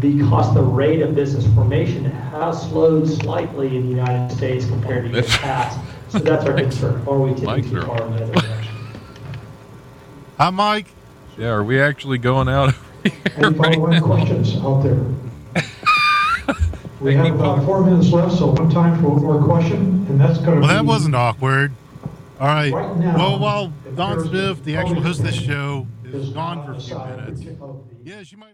G: because the rate of business formation has slowed slightly in the United States compared to years past. So that's our concern. Are we taking
A: Mike's
G: too
A: are-
G: far in the other direction?
C: Hi, Mike.
A: Yeah, are we actually going out?
G: Any follow-up questions out there? We have about four minutes left, so one time for one more question, and that's going to be.
C: Well, that wasn't awkward. All right.
G: Right now,
C: Well, while
G: if
C: Don
G: there's-
C: Smith, the actual host of this show, is gone for a few minutes.
G: Of the-
C: Yeah, she might.